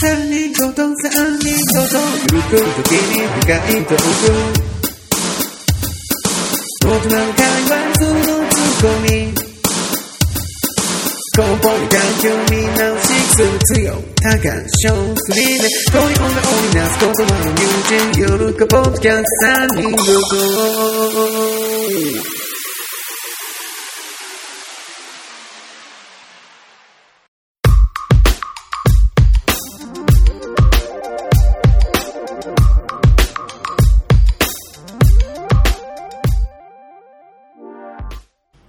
三人ごと三人ごとゆく時に深いトーク僕なんかはそのツッコミ根本環境見直しする強多感症フリーで恋女を織りなす言葉の友人夜かポッドキャスト三人ごと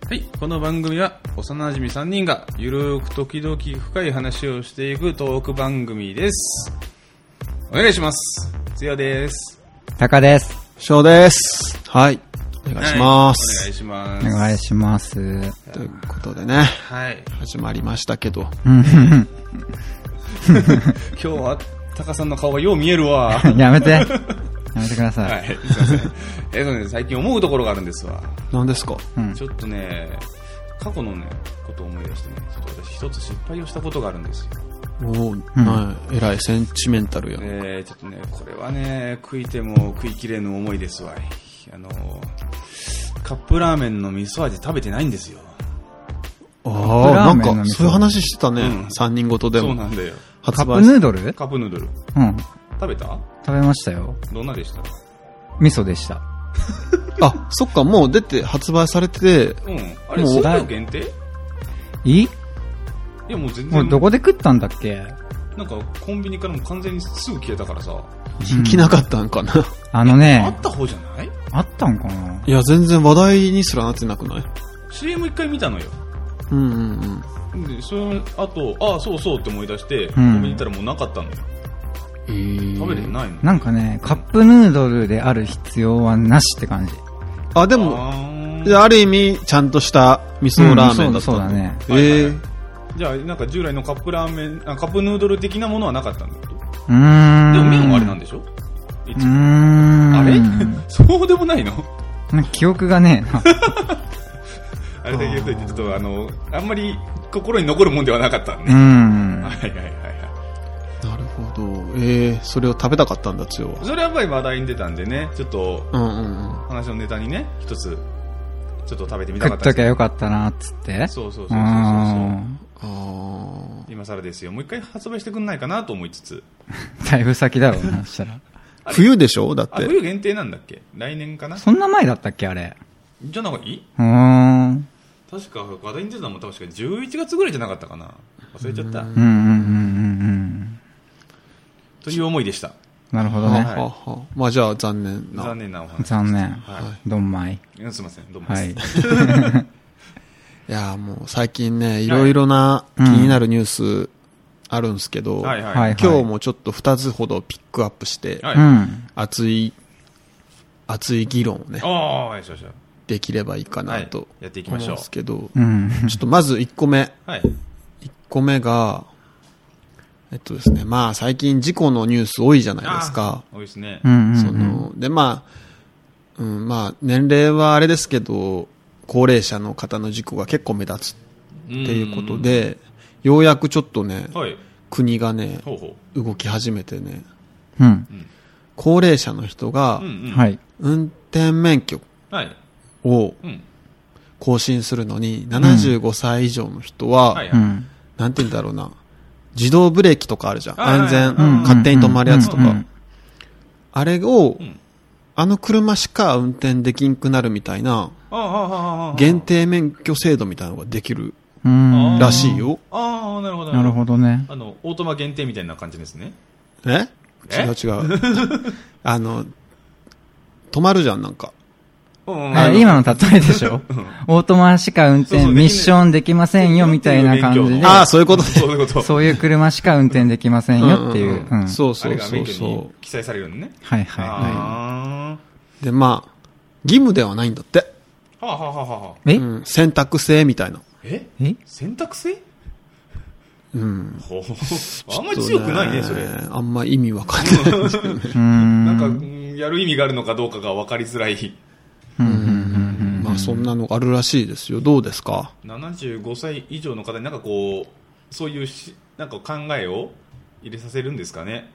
はい、この番組は幼馴染3人がゆるーく時々深い話をしていくトーク番組です。お願いします。つよです。タカです。翔です。はい。お願いしまはいおす。願いしまおす。願いします。ということでね、はい。始まりましたけど。今日は、タカさんの顔がよう見える わ。はや めて。やめてください。い、すいません。えっとね、最近思うところがあるんですわ。何ですかうんちょっとね、過去のね、ことを思い出してね、ちょっと私一つ失敗をしたことがあるんですよ。おお、なえらいセンチメンタルや。えー、ちょっとね、これはね、食いても食いきれぬ思いですわい。あの、カップラーメンの味噌味食べてないんですよ。ああ、ラーなんメンのか、そういう話してたねうん。三人ごとでそうも。なんだよ。カ発ップ売しヌードルカップヌードル。うん。食べた食べましたよ。どんなでした味噌でした。あ、そっか、もう出て、発売されてて、うん。あれ、もう数量限定いいや、もう全もう然、どこで食ったんだっけなんかコンビニからも完全にすぐ消えたからさ、人気なかったん かな。あのあねっ、た方じゃないあったんかないや、全然話題にすらなってなくない ?CM 一回見たのよ。うんうんうん。で、その後、ああ、そうそうって思い出して、コンビニ行ったらもうなかったのよ。えー食べれてないの。なんかね、カップヌードルである必要はなしって感じ。あ、でも、あーじゃあある意味、ちゃんとした味噌ラーメンうんそだったうそうだね。えーじゃあ、なんか従来のカップラーメン、あカップヌードル的なものはなかったんだけど。でうーん。も麺はあれなんだ。でしょうーん。あれ そうでもないのなんか記憶が ねえな。あれだけ言っといて、ちょっとあの、あんまり心に残るもんではなかったうね。ん。はいはいはいはなるほど。ええそれを食べたかったんだ、つよい。は。それはやっぱり話題に出たんでね、ちょっとうんうんうん。話のネタにね、一つ、ちょっと食べてみた食かっったとんできゃすよかったな、っつって。そうそうそうそうそううーそん。あーう。今更ですよ。もう一回発売してくんないかなと思いつつ。だいぶ先だろう な、そしたら。冬でしょだっあ、て。冬限定なんだっけ来年かなそんな前だったっけ、あれ。じゃなくていいうーん。確か話題に出たのも確か11月ぐらいじゃなかったかな忘れちゃったうんうんうんうんという思いでしたうん。なるほはどはね。はは。まあじゃあ残念な。残念なお話残念。はどんまい。いすいませんどうもではす い。いやーもう最近ね、いろいろな気になるニュースあるんですけど、はいはいはい今日もちょっと2つほどピックアップして、はいうん。熱い、熱い議論をねあ、あはいそうそうできればいいかなとは。いやっていき思まうんしょうですけど、うん。ちょっとまず1個目。はい1個目が、えっとですね、まあ最近事故のニュース多いじゃないですか。多いですねうん。その、で、まあ、うん、まあ、年齢はあれですけど、高齢者の方の事故が結構目立つってっていうことで、ようやくちょっとね、はい国がね、ほうほ動き始めてね、うん。高齢者の人がううんうんはいい。運転免許はいをうん更新するのに、75歳以上の人は、はいはういん。なんて言うんだろうな、自動ブレーキとかあるじゃん。はいはい安全、うん勝手に止まるやつとうかん。あれをん、あの車しか運転できんくなるみたいな、ああああああ限定免許制度みたいなのができるうん。らしいよ。ああなるほどなるほどね。あのオートマ限定みたいな感じですねええ違う違う。 あの、止まるじゃん、なんうか。んうんああの今の例えで しょオートマしか運そう転、そうミッションできませんよ、みたいな感じえで。ああ、そういうことね。そういうことそういう車しか運転できませんよっていう。うん。う。そうあそれうがそ免う許そに記載されるのねはいあはう。で、まあ、義務ではないんだって。あはあはあはあはあい。えうん、選択制みたいな。ええ選択制うん。ほうあんまり強くないね、それ。あんま意味わかんない。うん。なんか、うんやる意味があるのかどうかが分かりづらい。まあ、そんなのがあるらしいですよ。どうですか75歳以上の方になんかこう、そういうし、なんか考えを入れさせるんですかね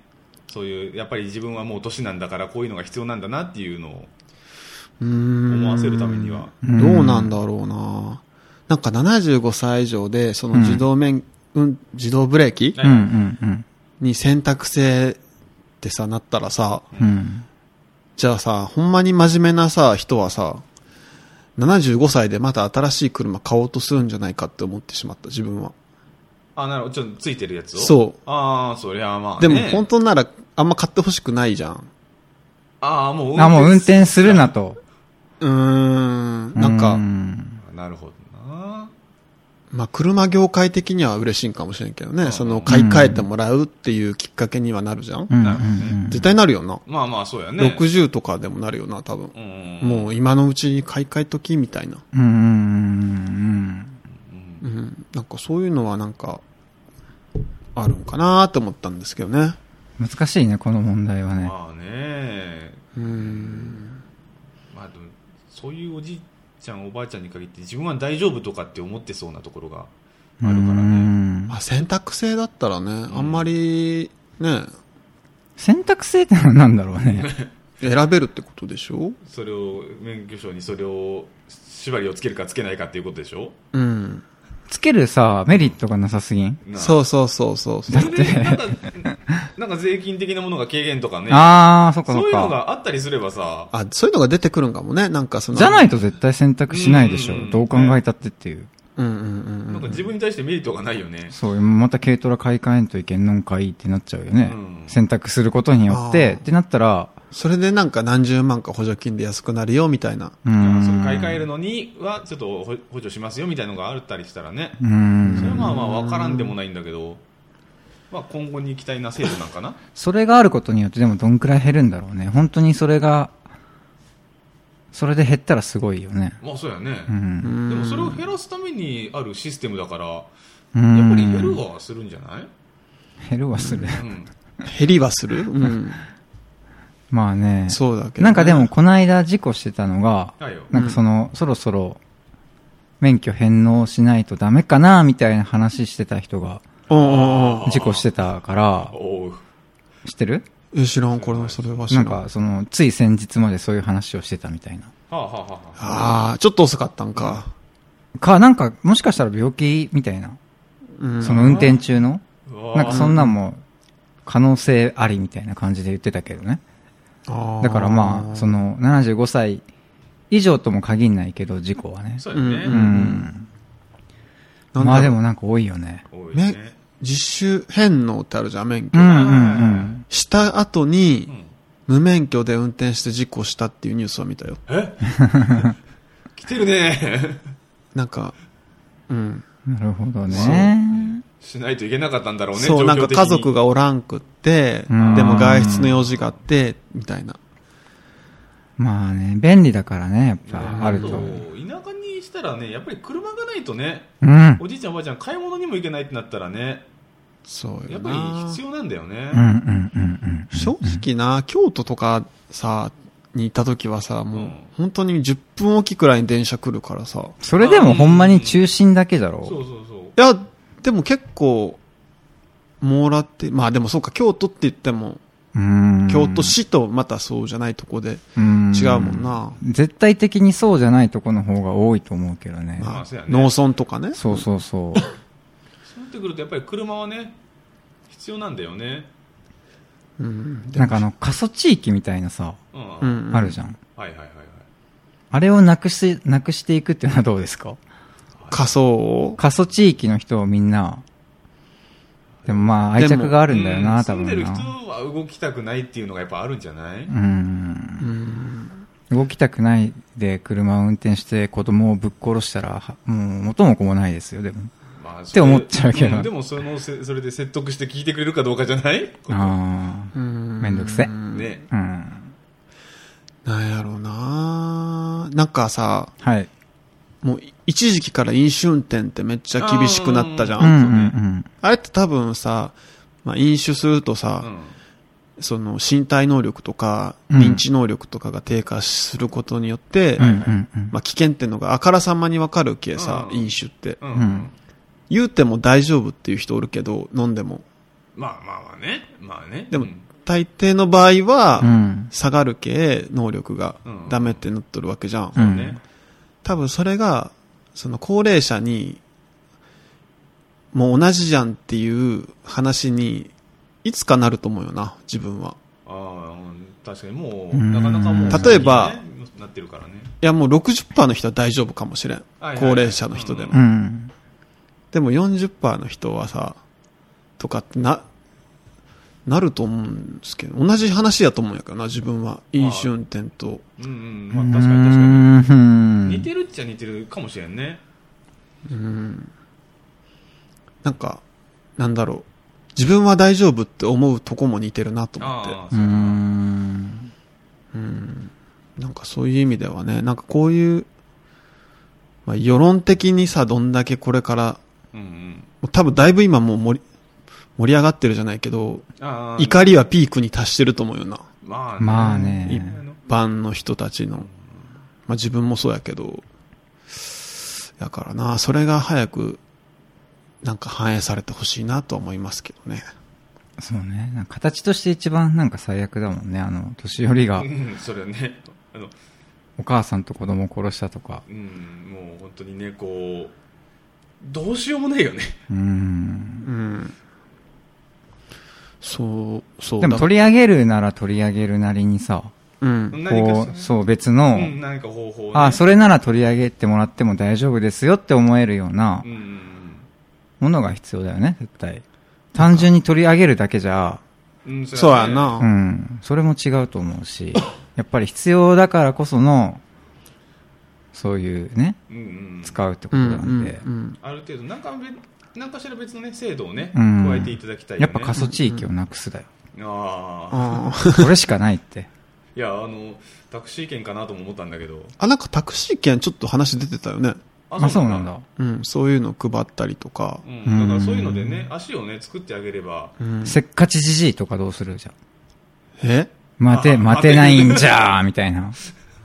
そういうやっぱり自分はもう年なんだからこういうのが必要なんだなっていうのを思思わせるためにはうんどうなんだろうななんか75歳以上で、その自動面、うん、自動ブレーキはうんうんうん。に選択制ってさ、なったらさ、うん。じゃあさ、ほんまに真面目なさ、人はさ、75歳でまた新しい車買おうとするんじゃないかって思ってしまった、自分は。あなるほどちょっとついてるやつをそうああそりゃまあ、ね、でも本当なら、あんま買ってほしくないじゃん。ああもうあ、もう運転するなと。うーん、なんか、うんなるほどなまあ、車業界的には嬉しいんかもしれんけどね、その、買い替えてもらうっていうきっかけにはなるじゃん。うんうんうなるほどねん。絶対なるよな。まあまあそうやね60とかでもなるよな、多分。うんもう今のうちに買い替えときみたいな。うんうんうんうん。なんかそういうのはなんか、あるんかなと思ったんですけどね。うん。難しいね、この問題はね。まあねうん。まあでもそういうおじいちゃんおばあちゃんに限って自分は大丈夫とかって思ってそうなところがあるからうねんまあ選択制だったらね、あんまり、ね、選択制ってのは何だろう ね。選べるってことでしょそれを免許証にそれを縛りをつけるかつけないかっていうことでしょうん。つけるさ、メリットがなさすぎん。なあそうそうそうそうそう。それでなんか なんか税金的なものが軽減とかねああ、そっかそうそいっうのか。があったりすればさあ、そういうのが出てくるんかもね。なんかその。じゃないと絶対選択しないでしうんうんうょ。んどう考えたってっていう。うんうんうなんうんん。か自分に対してメリットがないよねそう、また軽トラ買い替えんといけんのんかいってなっちゃうよね。うん選択することによっあて、ーってなったら、それでなんか何十万か補助金で安くなるよ、みたいな。うだからん。それ買い替えるのにはちょっとほ補助しますよみたいなのがあったりしたらねそうれはん。まあまあ分からんでもないんだけど、まあ、今後に期待な制度なんかなそれがあることによってでもどんくらい減るんだろうね。本当にそれが、それで減ったらすごいよね。まあそうやね、うん。でもそれを減らすためにあるシステムだからやっうんぱり減るはするんじゃない、減るはする。うん、減りはするうん。まあね。そうだけどねなんかでも、この間事故してたのが、はいよなんかその、そろそろ、免許返納しないとダメかな、みたいな話してた人が、うんうんうん事故してたから、おう知ってるえ。知らん、これはそれは知ら。なんんか、その、つい先日までそういう話をしてたみたいな。はあはあはあはあああ、ちょっと遅かったんか。か、なんか、もしかしたら病気みたいな。うん。その運転中の。うわーなんかそんなんも、可能性ありみたいな感じで言ってたけどね。あーだからまあ、その、75歳以上とも限んないけど、事故はね。そうやね、ううんん。なんだろうまあでもなんか多いよね。多いねね、実習返納ってあるじゃん、免う許。んうんうん。した後うに、ん、無免許で運転して事故したっていうニュースを見たよ。え来てるね なんか、うん。なるほどね。しないといけなかったんだろうねそう、なんか家族ががおらんくって、でうんも外出の用事があって、みたいな。まあね、便利だからね、やっぱあると。う田舎にしたらねやっぱり車がないとねん。おじいちゃんおばあちゃん買い物にも行けないってなったらねそうやよっぱな。り必要なんだよね、うんうんうんうん。正直な、京都とかさ、にいた時はさ、うもうん本当に10分おきくらいに電車来るからさ。それでもほんまに中心だけだそろうそうそういや、でも結構、もらって、まあでもそうか、京都って言っても、う。うん。京都市とまたそうじゃないとこでうん違うもんな。絶対的にそうじゃないとこの方が多いと思うけどね。ままああそうやね農村とかね。そうそうそう。そうなってくるとやっぱり車はね必要なんだよねうん。でなんかあの、過疎地域みたいなさ、うん、うはいん。あるじゃん。はいはいはいあれをなくし、なくしていくっていうのはどうですか仮想を。過疎地域の人をみんな、でもまあ愛着があるんだような、ん多住ん分でる人な。は動きたくないっていうのがやっぱあるんじゃない、うん。うん。動きたくないで車を運転して子供をぶっ殺したら、はもう元も子もないですよ、でも。まあ、って思っちゃうけどでもそのせそれで説得して聞いてくれるかどうかじゃないああ、めんどくせ。ねうん。なんやろうななんかさ、はい。もう一時期から飲酒運転ってめっちゃ厳しくなったじゃうんうんん。うん。あれって多分さ、まあ、飲酒するとさ、うんその身体能力とか、うん認知能力とかが低下することによって、うんうんうん。まあ、危険ってのがあからさまにわかるけさ、うん飲酒って。ううんん言うても大丈夫っていう人おるけど、飲んでも。まあまあまあね。まあね。でもうん、大抵の場合は、うん。下がる系能力がうんダメってなっとるわけじゃん。うんね。多分それが、その高齢者に、もう同じじゃんっていう話に、いつかなると思うよな、自分は。ああ、確かにもう、うんなかなかもう、例えば最近ね、なってるからね。いやもう60%の人は大丈夫かもしれんはいはい。高齢者の人でもう。ん。でも40%の人はさ、とかってな、なると思うんですけど、同じ話やと思うんやからな、自分は。飲酒運転と。うんうん。まあ確かに確かに。うーん似てるっちゃ似てるかもしれんね。うん。なんか、なんだろう。自分は大丈夫って思うとこも似てるなと思ってあ。あ、うそーう。ん。うん。なんかそういう意味ではね、なんかこういう、まあ世論的にさ、どんだけこれから、うんうん。もう多分だいぶ今もう盛り、盛り上がってるじゃないけど、ああ、怒りはピークに達してると思うよな。まあまあ。ね。一般の人たちの。まあ自分もそうやけど。だからな、それが早く、なんか反映されてほしいなとは思いますけどね。そうね。なんか形として一番なんか最悪だもんね。あの、年寄りがうん、それはね。あの、お母さんと子供を殺したとか。うん、もう本当にね、こう、どうしようもないよね。うーん。うん。そう、そう。でもだ取り上げるなら取り上げるなりにさ、うん。何かこしう、そう別の、うん、何か方法をね、あ、それなら取り上げてもらっても大丈夫ですよって思えるようなうんうんうん。ものが必要だよね、絶対。単純に取り上げるだけじゃ、うん、そうやね。な。うん、それも違うと思う し、やっぱり必要だからこその、そういうね、うんうん。使うってことうん。うなんで、ん。ある程度、なんか別、なんかしら別のね、制度をね、うん加えていただきたいよやね。っぱ過疎地域をなくすだよ。ああ。ああ。それしかないって。いや、あの、タクシー券かなとも思ったんだけど。あ、なんかタクシー券ちょっと話出てたよね。 あ、そうなんだ。。うん。そういうの配ったりとか。うん。だからそういうのでね、足をね、作ってあげれば。うん。せっかちじじいとかどうするじゃん。え待あて、待てないんじゃー、みたいな。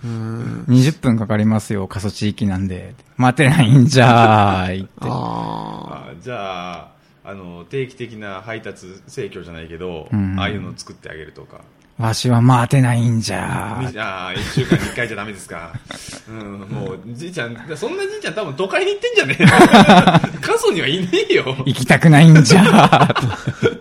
うん。 20分かかりますよ、過疎地域なんで。待てないんじゃーいって。ああ。あじゃあ、あの、定期的な配達請求じゃないけど、うんああいうのを作ってあげるとか。わしは待てないんじゃー。みああ、一週間に一回じゃダメですか。うん、もう、じいちゃん、そんなじいちゃん多分都会に行ってんじゃねえ過疎にはいねえよ。行きたくないんじゃ ー。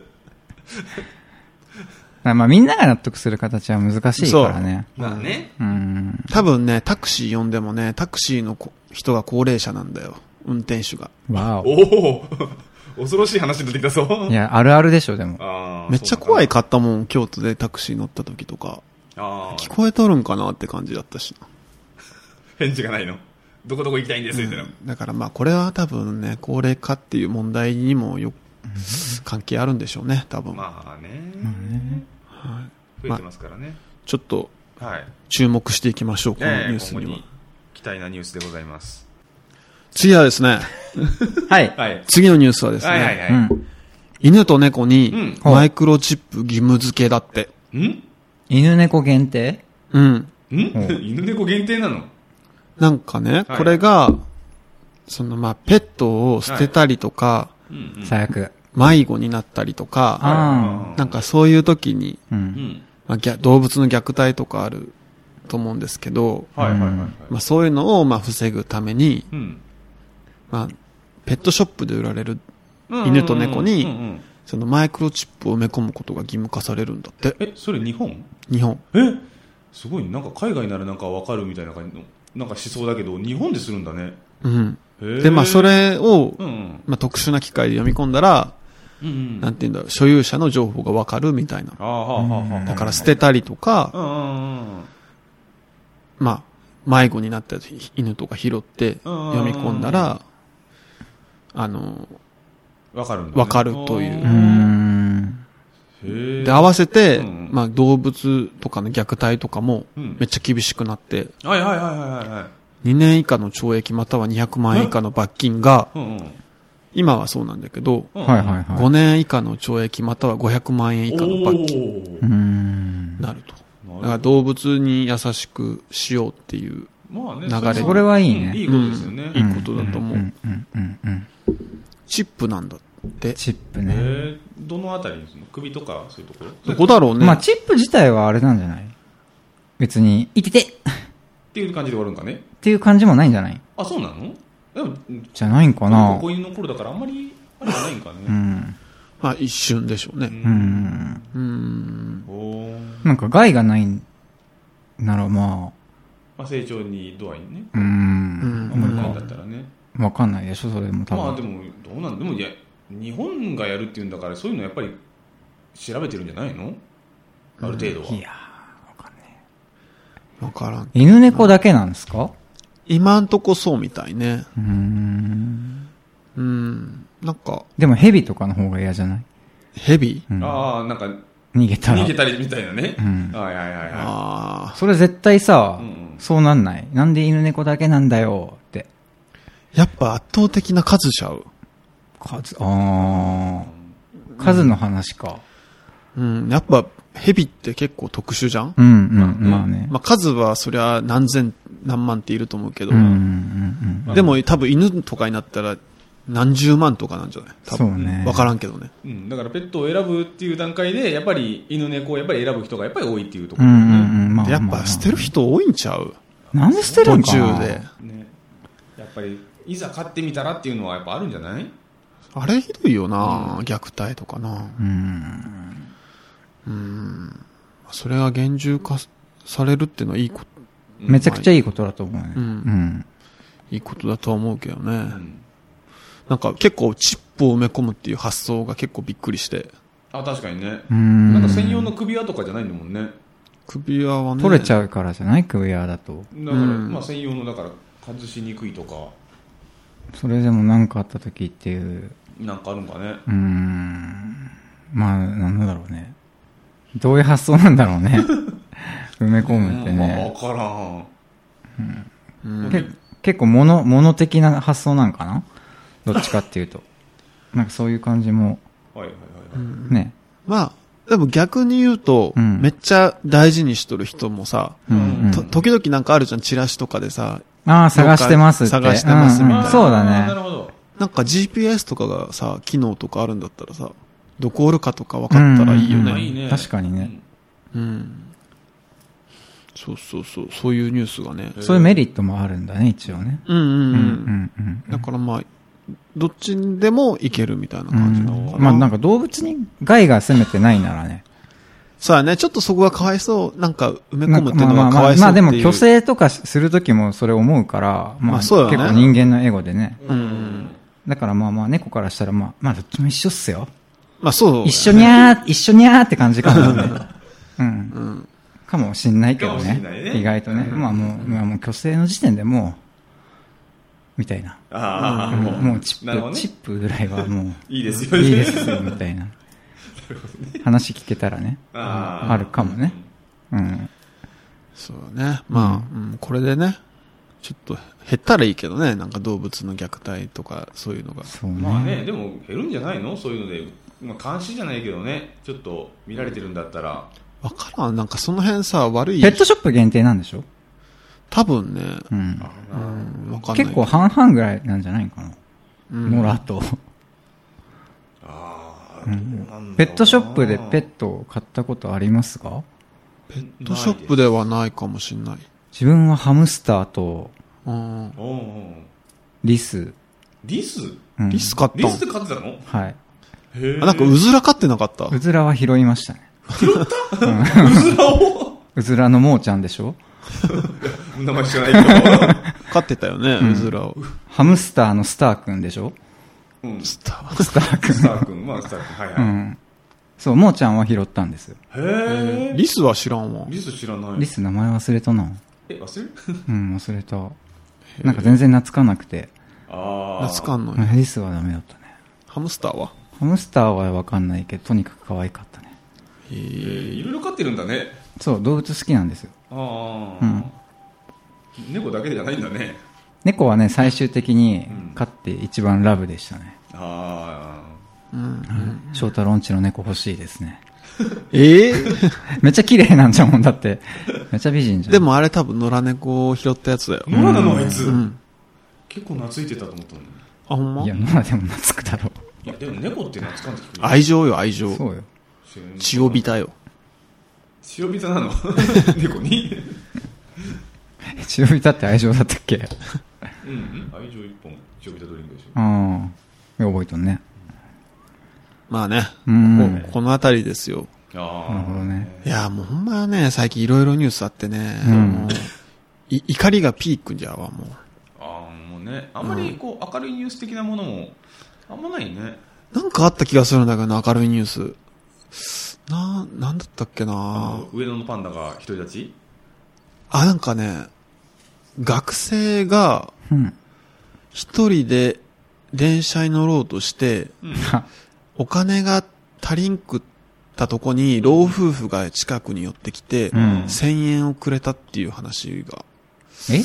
まあみんなが納得する形は難しいからね。まあね。うん。多分ね、タクシー呼んでもね、タクシーのこ人が高齢者なんだよ。運転手が。わおお恐ろしい話になってきたぞ。お。いや、あるあるでしょ、でも。あーめっちゃ怖い。そうかったもん、京都でタクシー乗った時とか。なのあ聞ーこえとるんかなって感じだったしな。返事がないの。どこどこ行きたいんです、みたいな。だからまあこれは多分ね、高齢化っていう問題にもよ、関係あるんでしょうね、多分。まあね。い増えてますからね。ちょっとはい。注目していきましょう、このええニュース今後には。に期待なニュースでございます。次はですね、はい。はい。次のニュースはですね、はいはいうはん。犬と猫にうんマイクロチップ義務付けだって。い。ん犬猫限定うん。ん犬猫限定なのなんかね、はいこれが、そのまあ、ペットを捨てたりとか、うんうん。最悪。迷子になったりとあか、あーなんかそういう時に、う。うんん。まあ、ぎゃ動物の虐待とかあると思うんですけど、はいはいはいはい。まあ、そういうのをまあ防ぐために、うん。まあ、ペットショップで売られる犬と猫にうんうんそのマイクロチップを埋め込むことが義務化されるんだって、え、それ日本日本。えすごい、なんか海外ならなんかわかるみたいな感じの、なんかしそうだけど、日本でするんだね。うん。へーで、まあそ。れをう、んうん。まあ、特殊な機械で読み込んだら、うんうん。なんて言うんだろう、所有者の情報がわかるみたいな。ああ、はあはあはあ。だから捨てたりとか、うんうんうん。まあ、迷子になった犬とか拾って読み込んだら、あの、わかるんだね。わかるといううーん。へえ。で、合わせて、うんまあ、動物とかの虐待とかもうんめっちゃ厳しくなって、はいはいはいはいはい。 2年以下の懲役または200万円以下の罰金が、うんうん。今はそうなんだけど、うんうんはいはいはい。 5年以下の懲役または500万円以下の罰金金うーん。になると。だなから動物に優しくしようっていう、まあね、流れはそれはいいねうんいいことですよね。いいことだうと思う。んうんうんうん。チップなんだって。チップえね。ーどのあたりにするの首とかそういうところどこだろうね。まあ、チップ自体はあれなんじゃない別に、いててっっていう感じで終わるんかねていう感じもないんじゃないあそうなのでもじゃないんかな子犬の頃だからあんまりあれじゃないんかね、うん。まあ、一瞬でしょうね。うん。うん。おーなんか害がないならままあ、成長に度合いにねあ、ううんん。あんまりないんだったらね、わかんないでしょ、それも多分。まあでもどうなんでもいや日本がやるっていうんだからそういうのやっぱり調べてるんじゃないのある程度は、いやー、わかんない。わからん。犬猫だけなんですか今んとこそうみたいね。うーん。うん。なんか、でも蛇とかの方が嫌じゃないヘビうんああなんか逃げたら逃。げたりみたいなね、うんはいはいはいはああ。それ絶対さ、うんうんそうなんない。なんで犬猫だけなんだよって。やっぱ圧倒的な数ちゃう。数、あー。数の話か。うん。やっぱ、ヘビって結構特殊じゃんうんうん、まあね。まあ、数はそりゃ何千、何万っていると思うけどうん、う、ん、でも多分犬とかになったら何十万とかなんじゃない多そう分。ね。わからんけどね。い、うん、だからペットを選ぶっていう段階でやっぱり犬猫をやっぱり選ぶ人がやっぱり多いっていうとこうろ、ん、ねうん、うん、まあ。でやっまあぱ捨てる人多いんちゃうなんで捨てる途んかな中で。。ねやっぱりいざ飼ってみたらっていうのはやっぱあるんじゃないあれひどいよな、虐待とかな。うん。それが厳重化されるっていうのはいいこめちゃくちゃいいことだと思うね。ううんん。いいことだとは思うけどね。んなんか結構チップを埋め込むっていう発想が結構びっくりして。あ確かにね、うん。なんか専用の首輪とかじゃないんだもんねだか首輪はね。取れちゃう。ゃうからじゃないクエアだと。ら、うんまあ、専用のだから外しにくいとかそれでも何かあった時っていう、なんかあるんかねうーん。まあ、なんだろうね。どういう発想なんだろ うね。埋め込むってまあ、ね分。からんうんけ結構物、物的な発想なんかなどっちかっていうと。なんかそういう感じも、はいはいはい、はいね。まあ、でも逆に言うと、うんめっちゃ大事にしとる人もさ、うんうんと時々なんかあるじゃん、チラシとかでさ、ああ、探してますって。探してますみたいなうんうんそうあーなだるね。ほどなんか GPS とかがさ、機能とかあるんだったらさ、どこおるかとか分かったらいいようんまあいね。いね確かにねうん。そうそうそう、そういうニュースがね。そういうメリットもあるんだね、一応ね。うんうんううん。うんんうん。だからまあ、どっちでもいけるみたいな感じなのかな。まあなんか動物に害が攻めてないならね。そうだね、ちょっとそこがかわいそう、なんか埋めな込んむかっていまあうのまがあかまわあ、いそまうっあていでう。も虚勢とかするときもそれ思うから、ままああ結そうだね構人間のエゴでね。うんうん。だからまあまあ猫からしたらまあ、まあどっちも一緒っすよ。まあそうだね。一緒にゃー、一緒にゃーって感じかもね。うん。 うん。かもしんないけどかもしねんない。ね意外とね。まあもう、まあもう虚勢の時点でもう、みたいな。ああ、ももううもうチなるほッどプ、ねチップぐらいは もう。いいですよねいいですよ、みたいな。話聞けたらね。ああるかもね。うん。そうだね。まあ、うん、これでね、ちょっと減ったらいいけどね、なんか動物の虐待とかそういうのが。そうね。まあねでも減るんじゃないのそういうので、まあ、監視じゃないけどねちょっと見られてるんだったらわからん、なんかその辺さ、悪いペ。ットショップ限定なんでしょ多分ね、うん。うん、わかんない。結構、半々ぐらいなんじゃないかな。うん、野良と。ああどうなんだろうなペットショップでペットを買ったことありますかペッペットショップではないかもしんない。自分はハムスターとうん。おうおうリス。リスうんリス買ったリんスで飼ってたのへはい。えあなん かうずら飼ってなかったうずらは拾いましたね。うずらをうずらのもうちゃんでしょ名前知らないけど飼ってたよね、うずらを。ハムスターのスターくんでしょうんススタースターくん。ター君まあスター君はいはうい、ん。そう、もうちゃんは拾ったんですよ。へえリスは知らんわ。リス知らないリス名前忘れたな。え忘れるうん、忘れた。なんか全然懐かなくて。ああ懐かんのうんに。リスはダメだったね。ハムスターはハムスターはわかんないけど、とにかく可愛かったね。へえーーいろいろ飼ってるんだねそう、動物好きなんですよ。ああ、猫だけじゃないんだね猫はね、最終的に飼って一番ラブでしたね。あうん。翔太郎んちの猫欲しいですね。えーめっちゃ綺麗なんじゃんもん、だって。めっちゃ美人じゃん。 で、もあれ多分野良猫を拾ったやつだよあ。野良なのあいつ、うん。結構懐いてたと思ったのにあ、ほんまいや、まあでも懐くだろいや、でも猫って懐かんで聞く愛情よ、愛情う。。そうよ。血をびたよ。塩ビタなの 猫にえ血をびたって愛情だったっけうん、うん、愛情一本、塩ビタドリンクでしょ。ああ。覚えとんね。まあね。うんここのあたりですよ。あなるほどね。いや、もうほんまね、最近いろいろニュースあってね、うんもうい怒りがピークじゃわ、もああもうねあんまりこう明るいニュース的なものもあんまないねう。なんかあった気がするんだけどな、明るいニュース。な、なんだったっけなあの上野のパンダが独り立ちあ、なんかね、学生がうん。一人で電車に乗ろうとして、うんお金が足りんくったとこに、老夫婦が近くに寄ってきて、うん1000円をくれたっていう話が。ええ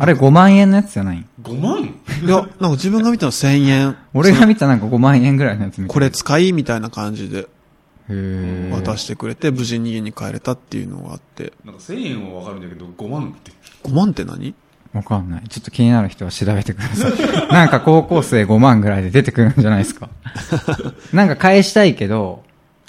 あれ5万円のやつじゃない5万いや、なんか自分が見たの1000円。俺が見たなんか5万円ぐらいのやつ見た。これ使いみたいな感じでへー渡してくれて、無事に家に帰れたっていうのがあって。なんか1000円はわかるんだけど5万って5万って何わかんない。ちょっと気になる人は調べてください。 なんか高校生5万ぐらいで出てくるんじゃないで すか。なんか返したいけど、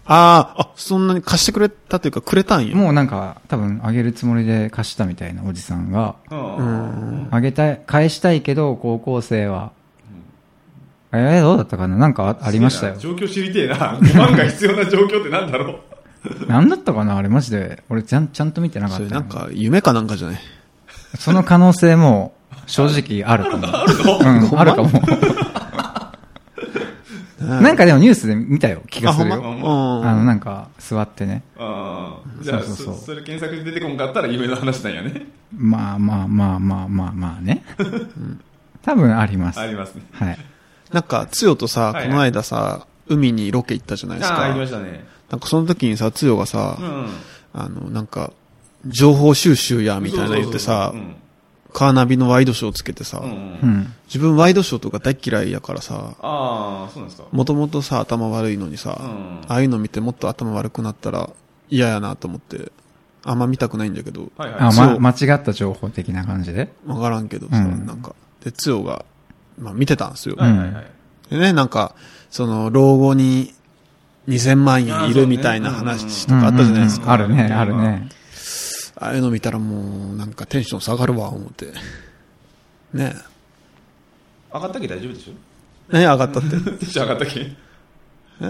ああ、あ、そんなに貸してくれたというか、くれたんや。もうなんか多分あげるつもりで貸したみたいなおじさんが、あうあん。あげたい、返したいけど高校生は、えー、どうだったかななんかあありましたよ。状況知りてえな5万が必要な状況ってなんだろうなんだったかなあれマジで。俺ちゃん、ちゃんと見てなかそっれたなよんか、夢かなんかじゃない。その可能性も正直ある かも。うん、あるかも。なんかでもニュースで見たよ、気がするあ、よ。ほんまあの、うん。なんか、座ってね。ああじゃあそうそうそうそそれ検索で出てこんかったら夢の話なんやねまあまあまあまあまあまあね。多分あります。あはりますねい。なんか、つよとさ、はいこの間さ、海にロケ行ったじゃないですああありまか。したねなんかその時にさ、つよがさ、うんあの、なんか、情報収集や、みたいな言ってさう、んカーナビのワイドショーつけてさう、うんん。自分ワイドショーとか大嫌いやからさ、ああそうなんですかもともとさ、頭悪いのにさ、うんああいうの見てもっと頭悪くなったら嫌やなと思って、あんま見たくないんだけど、はいはあ、いそま、う間違った情報的な感じで。わからんけどさ、うんなんか、で、つよが、まあ見てたんですよ。はいはいはいでね、なんか、その、老後に2000万円いるみたいな話とかあったじゃないですか。うんうんうんあるね、あるね。ああいうの見たらもう、なんかテンション下がるわ、思って。ね上がったっけ大丈夫でしょ え。ね上がったって。テンション上がったっけ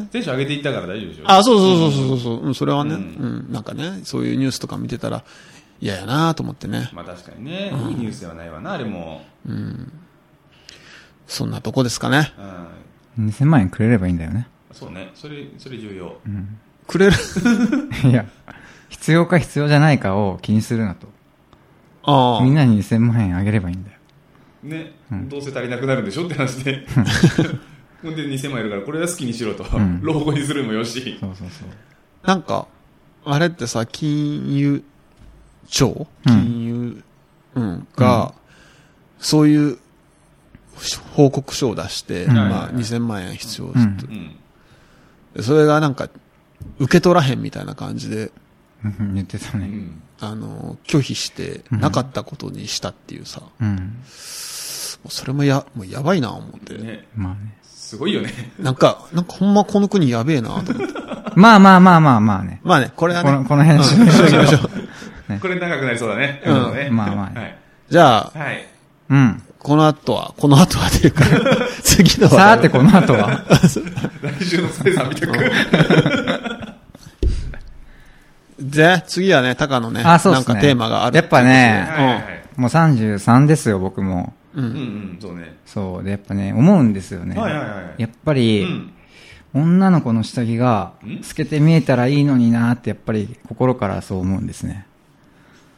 テンション上げていったから大丈夫でしょあ、そうそうそうそうそう、うん、それはね、ううんん、なんかね、そういうニュースとか見てたら、嫌やなと思ってね。まあ確かにね、いいニュースではないわな、あれも。そんなとこですかね。うん。 2000万円くれればいいんだよね。そうね、それ、それ重要。くれる いや、必要か必要じゃないかを気にするなと。あみんなあ。に2000万円あげればいいんだよ。ね、どうせ足りなくなるんでしょって話で。 ほんで2000万いるから、これは好きにしろと。ん老後にするもよし。そうそうそう。なんか、あれってさ、金融庁うん金融、うん、が、そういう報告書を出して、んまあ、2000万円必要ですってうん。でそれがなんか、受け取らへんみたいな感じで、うん言ってたうね。ん。あの、拒否して、なかったことにしたっていうさ、もうん。うそれもや、もうやばいな思って。ね、まあね。すごいよね。なんか、なんかほんまこの国やべえなと思って。 まあまあまあまあまあね。まあね、これはこの、ね。この辺しうん そうしましょ うこれ長くなりそうだね。うん今のねまあまあねはい。じゃあ、 はい。うん。この後は、この後はというか、 次の話題さーて、この後は。来週のスペさん見てく。で、次はね、高のね、あ、そうなでんすね。かテーマがある。やっぱ。ね、はいはいはい。もう33ですよ、僕も。うんうんうん、そうね。そう。で、やっぱね、思うんですよね。はいはいはいやっぱうり、ん。女の子の下着がん透けて見えたらいいのになーって、やっぱり心からそう思うんですね。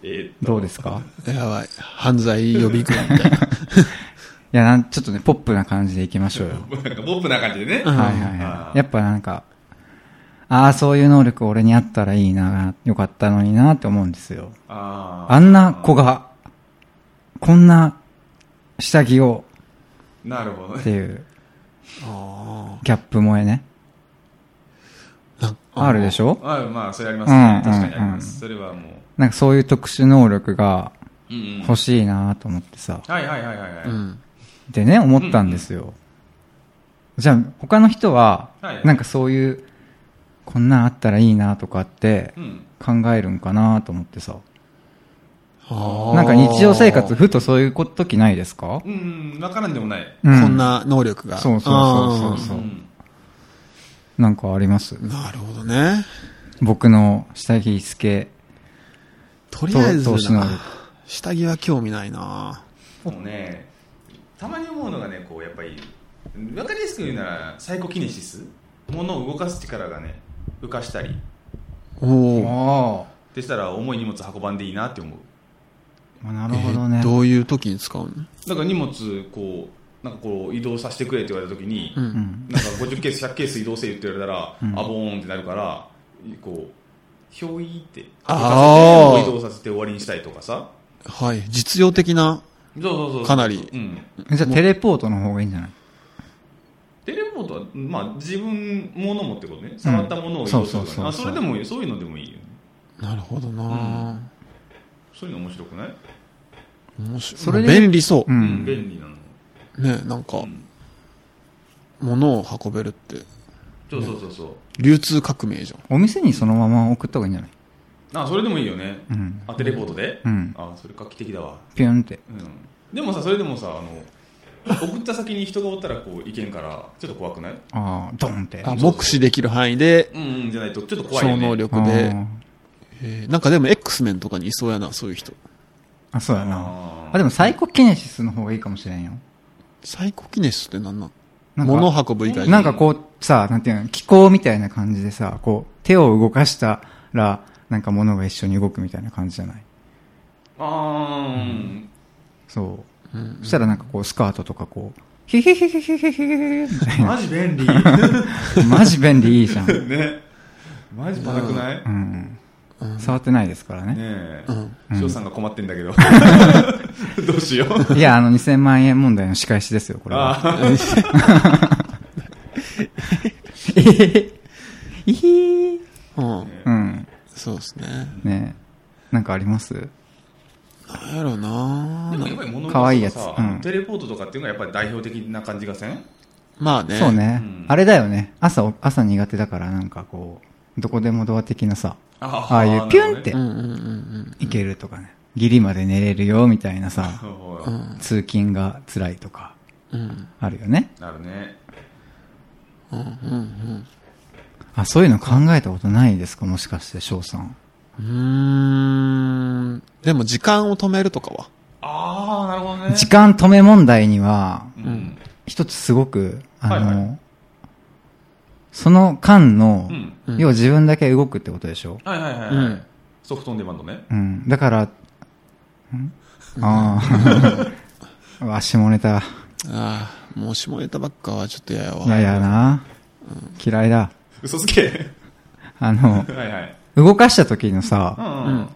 えー どうですかやばい。犯罪予備軍みたいな。いやなん、ちょっとね、ポップな感じでいきましょうよ。なんかポップな感じでね。んはいはあいはい。ーやっぱなんか、ああ、そういう能力俺にあったらいいな、よかったのになって思うんですよ。ああんな子が、こんな下着をーなるほどっねて。いうあギャップ萌えね。ーなんかあるでしょあまあ、それありますね。うんうん確かにあります。それはもなんかそういう特殊能力がう。うんうん欲しいなと思ってさ。はいはいはいはい。はいうん。ってね、思ったんですよ。じゃあ、他の人ははい、なんかそういう、こんなんあったらいいなとかってうん。考えるんかなと思ってさ。あ ーなんか日常生活、、ふとそういう時ないですかうん、わからんでもない。うこん。な能力が。そうそうそうそうう。ん。なんかありますあーなるほどね。僕の下着付け。とりあえず投投資能力な、下着は興味ないなもうね、たまに思うのがね、こう、やっぱり、わかりやすく言うなら、サイコキネシス。物を動かす力がね、浮かしたり。おお。あでしたら、重い荷物運ばんでいいなって思う。あ。なるほどねえ。どういう時に使うのなんか荷物、こう、なんかこう、移動させてくれって言われた時に、う。うんん。なんか50ケース、100ケース移動せ言って言われたら、うんあぼーんってなるから、こう、ひょいって、動あかーせて移動させて終わりにしたいとかさ。はい。実用的な、そうそうそう。かなりうん。じゃあテレポートの方がいいんじゃないテレポートは、まあ、自分ものもってことね。触ったものを移そ動うするとそうかね、そうあ、それでもいい。そういうのでもいいよね。なるほどなそういうの面白くない面白いそれで便利そうう。うん、ん。便利なの。ねなんかん、物を運べるって、そうそうそうそう。流通革命じゃん。お店にそのまま送った方がいいんじゃないあ、それでもいいよね。うん。あ、テレポートでうん。あ、それ画期的だわ。ピュンって。うん。でもさ、それでもさ、あの、送った先に人がおったらこう、いけんから、ちょっと怖くないああ、ドンって。あ、目視できる範囲で、うんうん、じゃないと、ちょっと怖いよ超ね。能力で。えーなんかでも X メンとかにいそうやな、そういう人。あ、そうやな。ああ、でもサイコキネシスの方がいいかもしれんよ。サイコキネシスって何なんなん物か、を運ぶ以外に。なんかこう、さ、なんていうの、気候みたいな感じでさ、こう、手を動かしたら、なんか物が一緒に動くみたいな感じじゃないあー、うん、そうう。んそしたらなんかこう、スカートとかこう、ヒヒヒヒヒヒヒヒみた いマジ便 利。ね。な。マジ便利いいじゃん。マジパくないうねん。うん触ってないですからね。えう。ん。翔さんが困ってん だけど。どうしよう。 いや、あの、2000万円問題の仕返しですよ、これは。あ えへへいひーうん。うん。そうですね。ねなんかありますなんやろうーでもやっなぱり物可愛いやつさうんテレポートとかっていうのがやっぱり代表的な感じがせんまあね。そう。ねうん。あれだよね。朝、朝苦手だから、なんかこう、どこでもドア的なさ、あああいうピュンってうんうんうんいけるとかね。ギリまで寝れるよ、みたいなさ、うん。うあん。通勤が辛いとか、うん。あるよね。なるね。うん。うん。あ、そういうの考えたことないですかもしかして、翔さん。うん。うーん。でも時間を止めるとかは。ああ、なるほどね。時間止め問題には、うん。一つすごく、あはいはの、その間のう、ん。うん要は自分だけ動くってことでしょはいはいはい。うはんいソフトオンデマンドね。うん。だから、んああ。 わ、下ネタ。ああ、もう下ネタばっかはちょっと嫌やわ。いやいやな。嫌いだ。嘘つけ。あの、はいはい。動かした時うのさ、んううんん。。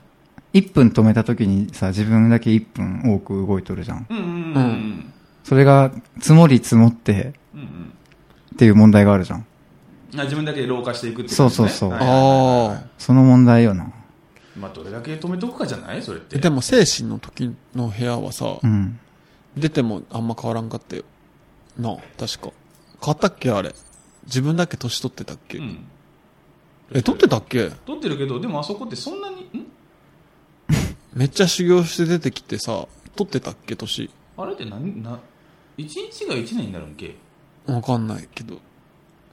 1分止めた時にさ、自分だけ1分多く動いとるじゃん。うんうんううんん。それが積もり積もってうんっていう問題があるじゃん。うん。あ自分だけ老化していくってことねそうそうそうはいはいはいああ。その問題よな。まあ、どれだけ止めとくかじゃないそれって。えでも精神の時の部屋はさう、ん。出てもあんま変わらんかったよ。なあ、確か。変わったっけあれ。自分だけ年取ってたっけうん。え、取ってたっけ取ってるけど、でもあそこってそんなに、んめっちゃ修行して出てきてさ、取ってたっけ年。あれって何、な、一日が一年になるんけわかんないけど。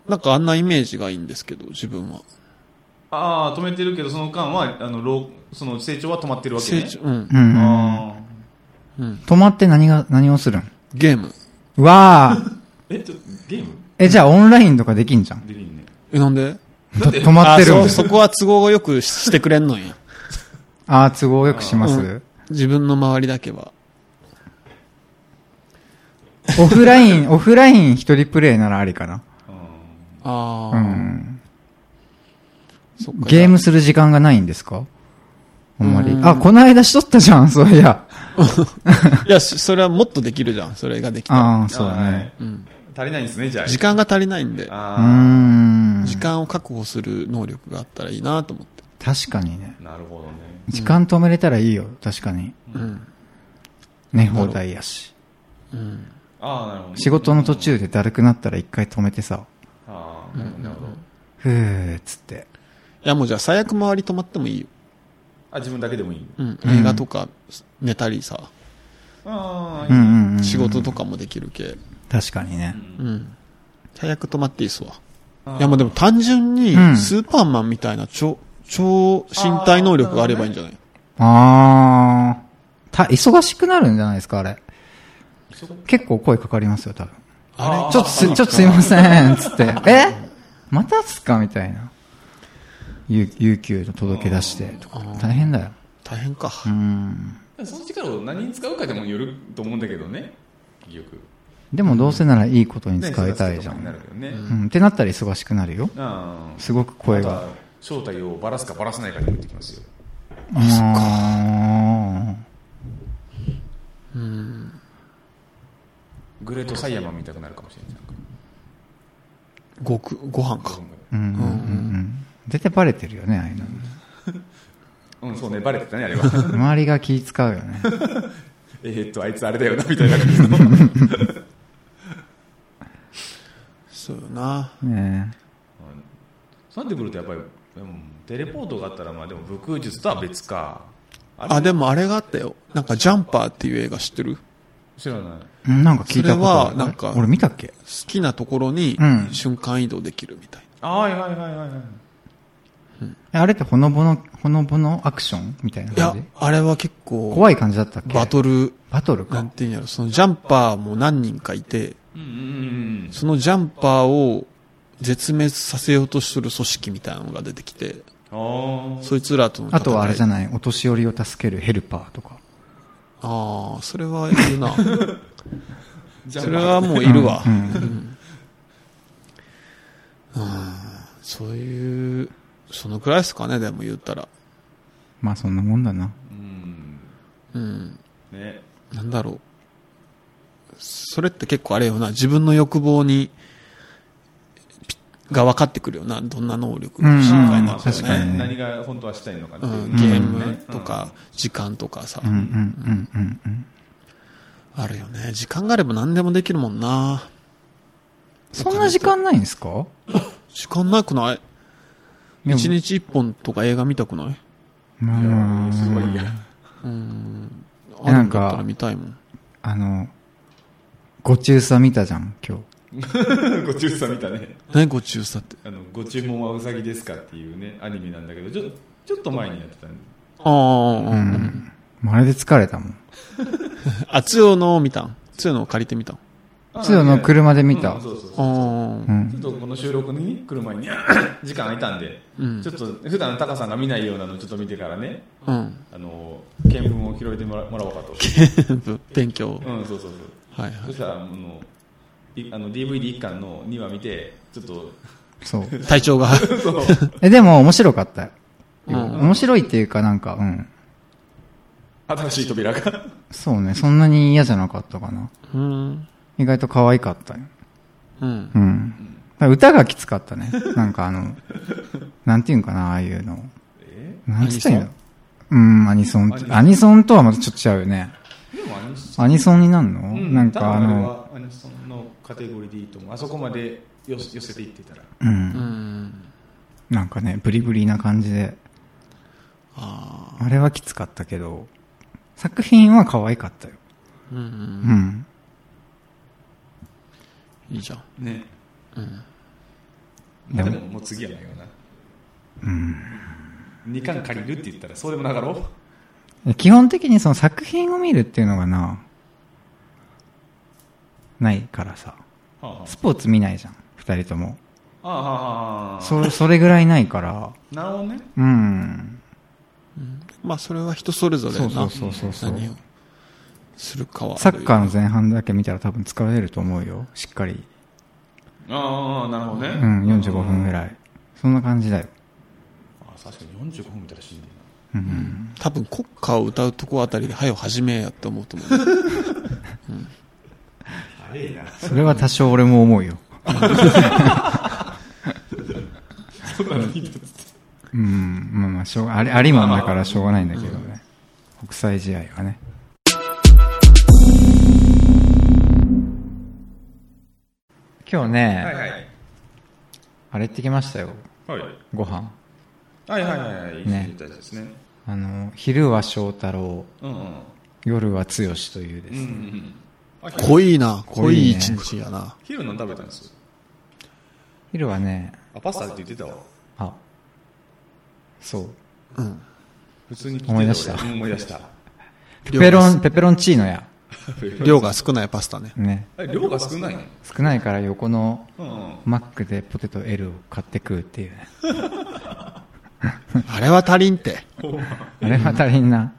なんかあんなイメージがいいんですけど、自分は。ああ、止めてるけど、その間は、あの、老その成長は止まってるわけね。成長、うんう。ん。あうん。止まって何が、何をするんゲーム。うわあ。ーえっと、ゲームえ、じゃあオンラインとかできんじゃん。できんね。え、なんでだって止まってるんあでそうそこは都合よくしてくれんのや。ああ、都合よくしまうすん自分の周りだけは。オフライン、 オフライン一人プレイならありかな。うんあうあ。ん。そっかゲームする時間がないんですかあんまりう。んあ、この間しとったじゃん、 そういや。いや、そそれはもっとできるじゃん。それができたら。ああ、そうだね。。あーうん足りないんですね、じゃあ。時間が足りないんで、うーあん。時間を確保する能力があったらいいなと思って。確かにね。あ。なるほどね。時間止めれたらいいよ、確かに。うん。寝放題やし。うん。ああ、なるほど。仕事の途中でだるくなったら一回止めてさ、ああ、なるほどなるほど。ふーっつって。いやもうじゃあ最悪周り止まってもいいよ。あ、自分だけでもいい。うん。映画とか寝たりさ、ああ、いういんうんうん。仕事とかもできるけ。確かにね。うん。最悪止まっていいっすわ。あーいやもうでも単純にうんスーパーマンみたいな超、超身体能力があればいいんじゃないあー。た、忙しくなるんじゃないですか、あれ。結構声かかりますよ、多分。あれちょっとす、ちょっとすいません、つって。えまたっすかみたいな。有有給の届け出してとか。大変だよ。大変か。うん。その力を何に使うかでもよると思うんだけどね、結局。でもどうせならいいことにね使いたいじゃそうなるん。けどね。うん。ってなったら忙しくなるよ。ああ。すごく声あとが。は正体をばらすかばらさないかにもよってきますよ。あグレートサイヤマン見たくなるかもしれないなんかごく、ご飯か。ーうんうんうんうん。絶対バレてるよね、ああいうの。うん。うん、そうね、バレてたね、あれは。 周りが気使うよね。えーっと、あいつあれだよな、みたいな感じの。そうよな。ねえそうなってくるとやっぱり、でもテレポートがあったら、まあでも武空術とは別か。あれあ、でもあれがあったよ。なんかジャンパーっていう映画知ってる知らない。うんなんか聞いたことある。それはなんかあれ俺見たっけ好きなところにうん瞬間移動できるみたいな。あはいはいはいはいはい。えあれってほのぼの、ほのぼのアクションみたいないや感じ、あれは結構、怖い感じだったっけバトル、バトルなかん。ていうんやろ、そのジャンパーも何人かいて、うんうんそのジャンパーを絶滅させようとする組織みたいなのが出てきて、うんうん。ああ。そいつらとの戦いあとはあれじゃないない、お年寄りを助けるヘルパーとか。ああ、それはい るな。じゃあそれはもういるわ。ううんんうそういう、そのくらいですかね、でも言ったら。まあそんなもんだな。うん。うん。ね。なんだろう。それって結構あれよな、自分の欲望に、ぴが分かってくるよな、どんな能力うんのうん心配にまなある確よかね。に何が本当はしたいのかってう、いうんねゲームとか、時間とかさ、うんうんうんうんうん。あるよね。時間があれば何でもできるもんな。そんな時間ないんですか時間なくないでも一日一本とか映画見たくないうんいや すごいや。うん。えなあるんんかだったら見たいもん。あの、ご中佐見たじゃん、今日。ご注射見たね。何ご中佐って。あの、ご注文はウサギですかっていうね、アニメなんだけど、ちょちょっと前にやってたんで。ああ、う。うんん。もうあれで疲れたもん。あ、つよのを見たんつよのを借りてみたんあつよの車で見たうんそうそうそう。あうあ。んちょっとこの収録に来る前に時間空いたんで、うんちょっと普段タカさんが見ないようなのちょっと見てからね、うん。あの、見聞を広げてもらもらおうかと。勉強。うん、そうそうそう。はいはそしたら、あの、いあの DVD1 巻の2話見て、ちょっと、 そう。い。体調が。そう、え、でも面白かったよ。うん。面白いっていうかなんか、うん。新しい扉が。そうね、そんなに嫌じゃなかったかな。うん。意外と可愛かったよ。うん。うん。だから歌がきつかった ね。なんかあの、なんていうんかな、ああいうの。えなんつったらいいのうん、アニソンって。アニソンとはまたちょっと違うよね。でもアニソン、アニソンになるの、うんなんかあ多分れの、はアニソンのカテゴリーでいいと思う。あそこまで寄せ寄せていってたら。うんう。ん。なんかね、ブリブリな感じで。ああ。あれはきつかったけど、作品は可愛かったよ。うんう。うんん。いいじゃん。ね。うん。でも、もう次やないよな。うん。2巻借りるって言ったら、そうでもなかろうで基本的にその作品を見るっていうのがな、ないからさ。はあはあスポーツ見ないじゃん、二人とも。ああはあはあそれ、それぐらいないから、なるほどねうん。まあ、それは人それぞれな。そうそうそうそう何をするかは。サッカーの前半だけ見たら多分疲れると思うよ、しっかり。ああなるほどねうん、45分ぐらい。そんな感じだよ。あ確かに45分見たら死んでるうん。多分国歌を歌うとこあたりで、はよ始めやって思うと 思う。な早いなそれは多少俺も思うよ。そんなの見たうん、まあまあ、しょうが、あれ、ありまんだからしょうがないんだけどね。国際試合はね。今日ね、はいはい。あれ行ってきましたよ。はい。ご飯。はいはいはいはい。ね大事ですね。あの、昼は翔太郎、うんうん。夜は剛というでうんうん。あす。昼濃いな、濃いいね一日やな。昼何食べたんです昼はね、あ、パスタって言ってたわ。あ、そう。うん。普通に聞いて思い出した俺うん思い出した。ペペロン、ペペロンチーノや。量が少ないパスタね。ね。あれ量が少ないの少ないから横のうんうん。マックでポテト L を買って食うっていう ね。あれは足りんって。あれは足りんな。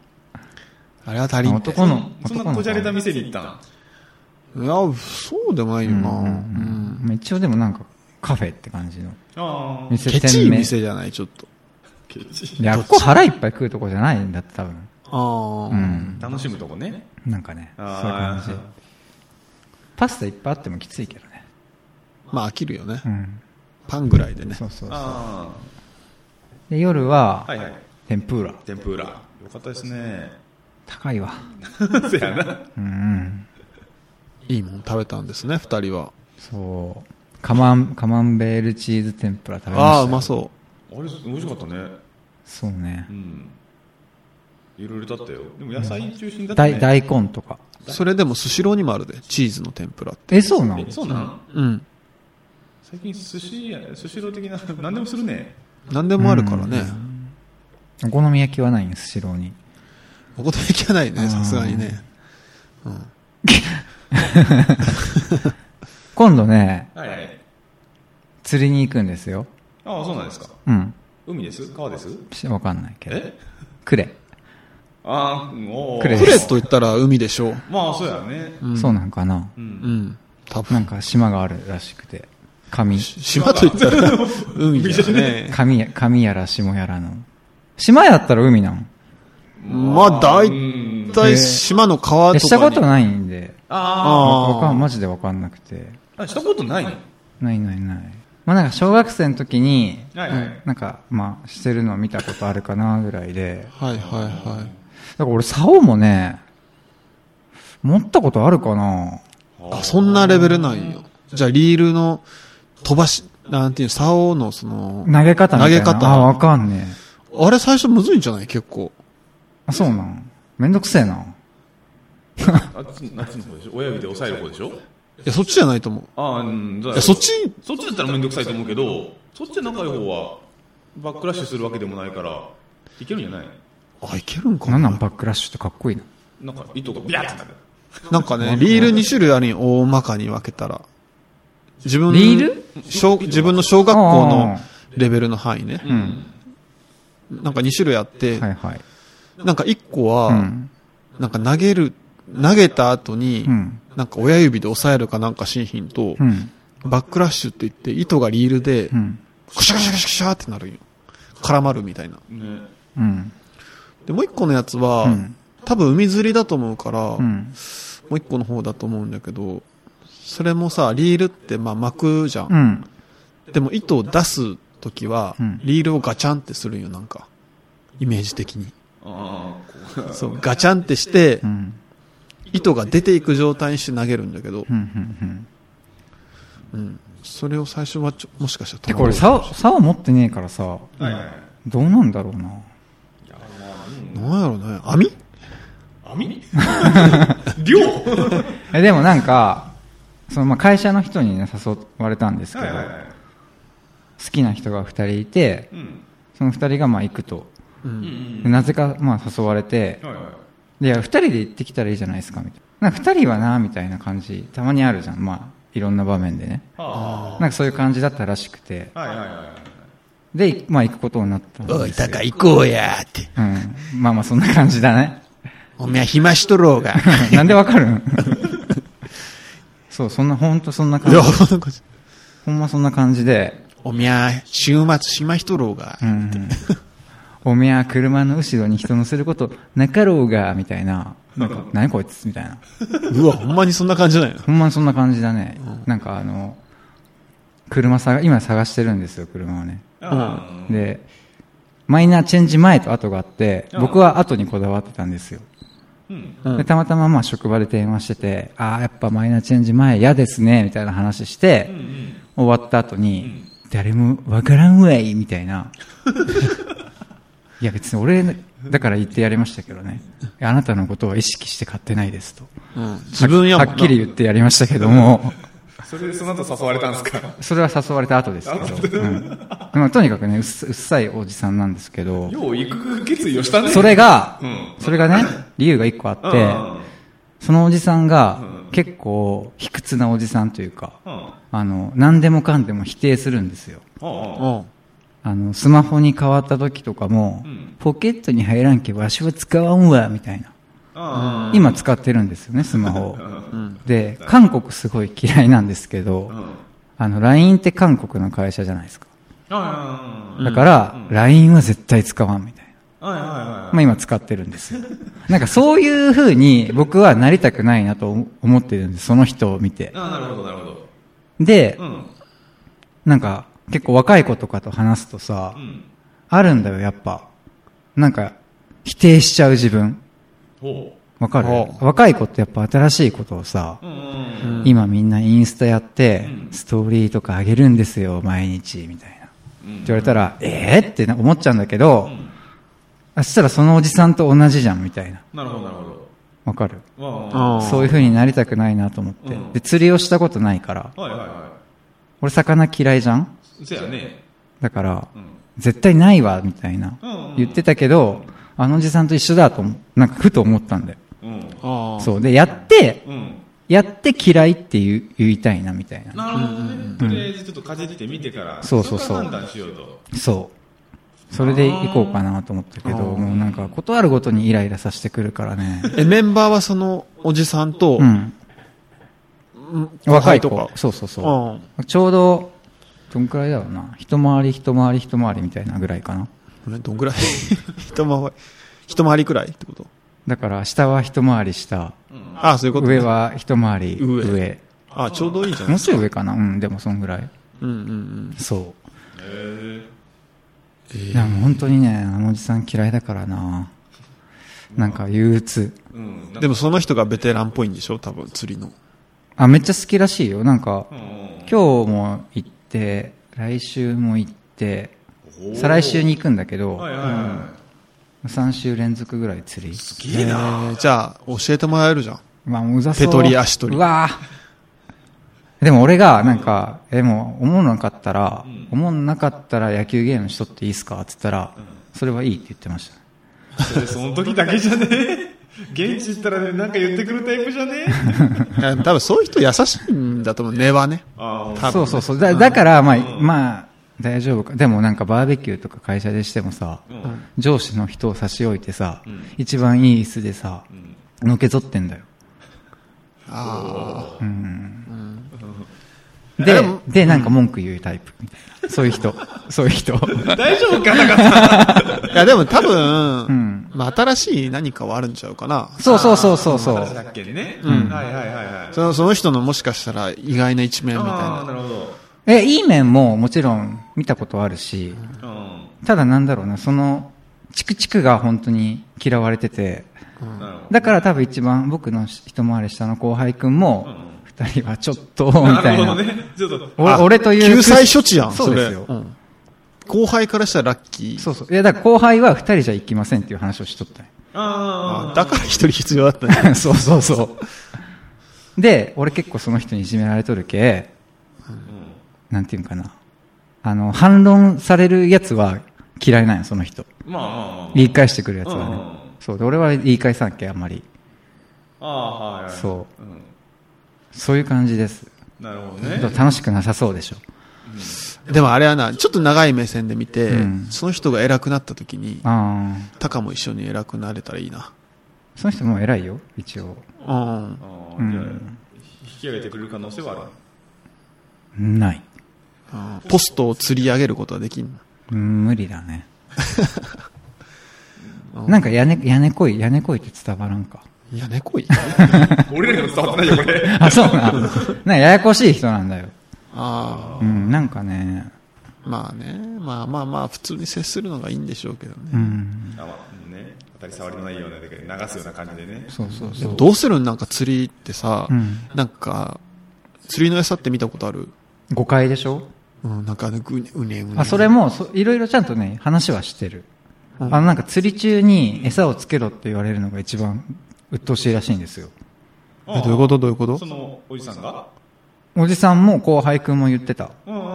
あれは足りんって。男の、そん男なのこ子じゃれた店に行ったんいや、そうでもないよな。うんうんまあ一応でもなんかカフェって感じの。ああ。店ケチ店い名店じゃない、ちょっと。ケチいや、ここ腹いっぱい食うとこじゃないんだって多分。ああ、うん。楽しむとこね。なんかね、そういうあ感ーじ。パスタいっぱいあってもきついけどね。まあ飽きるよね、うん。パンぐらいでね。そうそう。あで、夜あ。はは、いはい。天ぷら。天ぷら。よかったですね。高いわ。 せ やな。うんうん。いいもん食べたんですね、二人は。そう。カマン、カマンベールチーズ天ぷら食べました。ああ、うまそう。あれ、ちょっと美味しかったね。そうねう。ん。いろいろだったよ。でも野菜中心だった大ね。大根とか。それでもスシローにもあるで、チーズの天ぷら。え、そうなのえそうなんうん。最近寿司や、寿司ロー的な、 何でもするね。何でもあるからね。お好み焼きはないんです、スシローに。お好み焼きはないね、さすがにね。今度ね、はいはい。釣りに行くんですよ。ああ、そうなんですか。うん。海です川ですしわかんないけど。えクレ。ああ、おお。クレクレと言ったら海でしょう。まあ、そうやね。そうなんかな。うん。多な分。んか島があるらしくて。神、島と言ったら海だよね。神や、神やら下やらの。島やったら海なん。まあ、だいたい島の川でとかに。したことないんで。あわかん、ああ。マジでわかんなくて。あ。あしたことないのないないない。まあなんか小学生の時に、はいはいなんかまあしてるのを見たことあるかなぐらいで。はいはいはい。だから俺、竿もね、持ったことあるかなあ、そんなレベルないよ。じゃあ、リールの飛ばし、なんていうの、竿のその、投げ方みたいな。投げ方あ、わかんねえ。あれ最初むずいんじゃない結構。あ、そうなん。めんどくせえな。あっちのあっちの方でしょ親指で押さえる方でしょいや、そっちじゃないと思う。ああ、うん、じゃいあや、そっち、そっちだったらめんどくさいと思うけど、そっちで仲良い方は、バックラッシュするわけでもないから、いけるんじゃないあ、いけるんかななんなんバックラッシュってかっこいいな。なんか、糸がビャーってなる。なんかね、リール2種類あるに大まかに分けたら。自分のリール小自分の小学校あのあレベルの範囲ね。うん。なんか2種類あって、はいはい。なんか1個は、うん。なんか投げる、投げた後に、うんなんか親指で押さえるかなんか新品と、うん。バックラッシュって言って、糸がリールでう、ん。クシャクシャクシャクシャってなるんよ。絡まるみたいな。ね。うん。で、もう1個のやつは、うん多分海釣りだと思うから、うん。もう一個の方だと思うんだけど、それもさ、リールってまあ巻くじゃん。うん。でも糸を出すときは、うんリールをガチャンってするんよ、なんか。イメージ的に。ああ、こそう、ガチャンってしてう、ん。糸が出ていく状態にして投げるんだけどう、ん。うん。それを最初はちょ、もしかしたらで、これ、竿、竿持ってねえからさ、う。はいはい。どうなんだろうな。なんやろね、網網量え、でもなんか、その、まあ、会社の人にね、誘われたんですけど、い。好きな人が二人いてう、ん。その二人がまあ行くと。う。うんでなぜかまあ誘われて、はいはい。でいや、二人で行ってきたらいいじゃないですか、みたいな。なんか二人はな、みたいな感じ、たまにあるじゃん。まあ、いろんな場面でね。あなんかそういう感じだったらしくて、あ。はいはいはい。で、まあ行くことになったんですよ。おい、高行こうやーって。うん。まあまあそんな感じだね。おめえ暇しと ろうが。 なんでわかるんそう、そんな、ほんとそんない感じや、。そんな感じ。ほんまそんな感じで、おみゃ、週末暇しとろうが。うん。おめえは車の後ろに人乗せることなかろうが、みたいな。なんか、何こいつみたいな。うわ、ほんまにそんな感じなんや。ほんまにそんな感じだね。なんかあの、車さが、今探してるんですよ、車をね。あで、マイナーチェンジ前と後があって、僕は後にこだわってたんですよ。うん。うんでたまたままあ職場で電話してて、ああ、やっぱマイナーチェンジ前嫌ですね、みたいな話して、終わった後に、誰もわからんわい、みたいな。 いや別に俺、だから言ってやりましたけどね。いやあなたのことは意識して買ってないですと。うん自分やもはんなっきり言ってやりましたけども、それでその後誘われたんですかそれは誘われた後ですけど。うんまあとにかくね、うっすうっさいおじさんなんですけど、よう行く決意をしたね。それがうん、それがね、理由が一個あっうんて、そのおじさんが、結構、卑屈なおじさんというか、うん。あの、何でもかんでも否定するんですよ。うんうん。うんあの、スマホに変わった時とかも、うんポケットに入らんけわしは使わんわ、みたいな。うん。今使ってるんですよね、スマホを。で、韓国すごい嫌いなんですけど、うん。あの、LINE って韓国の会社じゃないですか。あだから、LINE は絶対使わんみたいな。あ。はいはまあ今使ってるんですよ。なんかそういう風に僕はなりたくないなと思思ってるんです、その人を見ていはい。。ああ、なるほど、なるほど。でう、ん。なんか結構若い子とかと話すとさう、ん。あるんだよ、やっぱ。なんか、否定しちゃう自分。ほわかるお若い子ってやっぱ新しいことをさう。う、んうん。今みんなインスタやってうん、ストーリーとか上げるんですよ、毎日、みたいな。って言われたら、えーってな思っちゃうんだけど、あそしたらそのおじさんと同じじゃん、みたいな。なるほど、なるほわかるど。わああーそういう風になりたくないなと思って。うんで、釣りをしたことないから。はいはいは俺魚嫌いじゃんい。そやね。だから、うん。絶対ないわ、みたいなうんうん。言ってたけど、あのおじさんと一緒だと思う、なんかふと思ったんだよ。うん。ああ。そう。で、やって、うん。やって嫌いって言う言いたいな、みたいな。なるほどね。とりあえずちょっとかじってみてから、そうそうそうれから判断しようと。そう。それで行こうかなと思ったけど、もうなんか、断るごとにイライラさせてくるからね。え、メンバーはそのおじさんとう、ん。うん若い子後輩と。か。そうそううそう。ちょうど、どんくらいだろうな。一回り一回り一回りみたいなぐらいかな。んえ。どんぐらい 一回り、一回りくらいってことだから、下は一回り下、ああ、そういうことね。上は一回り上。上ああ、ちょうどいいじゃなもいうちょい上かなうん、でもそんぐらい。うんうんうん。そう。いや、もう本当にね、あのおじさん嫌いだからな。なんか憂鬱。うん。でもその人がベテランっぽいんでしょ多分、釣りの。あ、めっちゃ好きらしいよ。なんか、うん。今日も行って、来週も行って、再来週に行くんだけど、はいはいは3週連続ぐらい釣り。い。いいな。えーじゃあ、教えてもらえるじゃん。まあ、もううざそう。手取り足取りうわぁでも俺が、なんか、え、もう、思わなかったら、思わなかったら野球ゲームしとっていいっすかって言ったら、それはいいって言ってました。それその時だけじゃね 現地行ったらね、なんか言ってくるタイプじゃねいや多分そういう人優しいんだと思う。根はね。ああ。多分そうそうそう。だだから、まあ、まあ、大丈夫か。でもなんかバーベキューとか会社でしてもさ、うん。上司の人を差し置いてさ、一番いい椅子でさ、のけぞってんだよ。あで、で、なんか文句言うタイプみたいな。そういう人。そういう人。大丈夫かなかっあ。いや、でも多分、んまあ新しい何かはあるんちゃうかな。そうそうそうそうそう。ただっけね。うん。はいはいはいはい。そのその人のもしかしたら意外な一面みたいああ、なな。るほど。え、いい面ももちろん見たことあるし、うただなんだろうな、その、チクチクが本当に嫌われてて、ん。なるほど。だから多分一番僕の一回り下の後輩くんもうん、二人はちょっと、みたないるなほど。ね。ちょっと。俺あ俺という。救済処置やん、そそうれ。ですよ。ん後輩からしたらラッキー。そうそう。いや、だから後輩は二人じゃ行きませんっていう話をしとったんよああだから一人必要だったね。そうそうそう。で、俺結構その人にいじめられとるけ、なんていうんかな。あの、反論されるやつは嫌いなんよ、その人。あ。まあ。言い返してくるやつはうんうんね。そう。で、俺は言い返さんけ、あんまり。ああ、はいはい。そうう。ん。そういう感じです。なるほどだね。から楽しくなさそうでしょ。 でもあれはな、ちょっと長い目線で見て、うんその人が偉くなった時に、ああ。タカも一緒に偉くなれたらいいな。その人もう偉いよ、一応。うん。あうあ、じゃあん引き上げてくれる可能性はある。ない。うんポストを釣り上げることはできんのうん無理だね。なんか屋根、屋根こい、屋根こいって伝わらんか。いや、猫い。俺らにも伝わってないよ、これ。あ、そうな。なんかややこしい人なんだよ。 あうん、なんかね、あ。まあね。まあまあまあ、普通に接するのがいいんでしょうけどうね。ん、あ、まあ、ね。当たり障りのないようなだけで流すような感じでね。そうそうでそもう。どうするんなんか釣りってさ、うんなんか、釣りの餌って見たことある誤解でしょうん、なんか、うねうねうね。あ、それも、そいろいろちゃんとね、話はしてる。うんあの、なんか釣り中に餌をつけろって言われるのが一番鬱陶しいらしいんですよ。えどういうことどういうことそのおじさんがおじさんも後輩くんも言ってた。うんうんう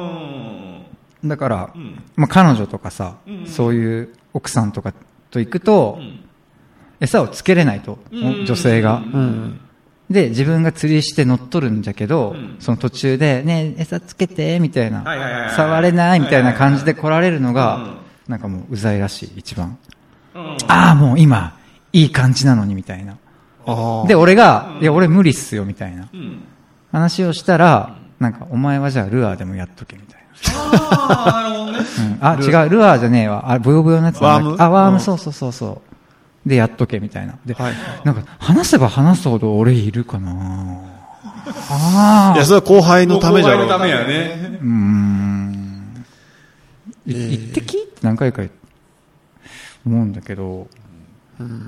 んだからう、んまあ、彼女とかさうんうん、そういう奥さんとかと行くとう、ん餌をつけれないと、うん女性が。うん。で、自分が釣りして乗っ取るんじゃけど、うんその途中で、ねえ、餌つけて、みたいな、はいはいはいはい触れない、みたいな感じで来られるのが、うんなんかもううざいらしい、一番。うんうんああ、もう今、いい感じなのに、みたいな。ああ。で、俺が、いや、俺無理っすよ、みたいなうん話をしたら、なんか、お前はじゃあルアーでもやっとけ、みたいな。ああ、なるほどね。うんあ、違う、ルアーじゃねえわ。あ、ブヨブヨのやつなんだワームあ、ワーうム、んそうそうそうそう。で、やっとけ、みたいな。で、はいなんか、話せば話すほど俺いるかなあいや、あ。それは後輩のためじゃ後輩のたん。めやね。うーん。い一滴って何回か思うんだけど、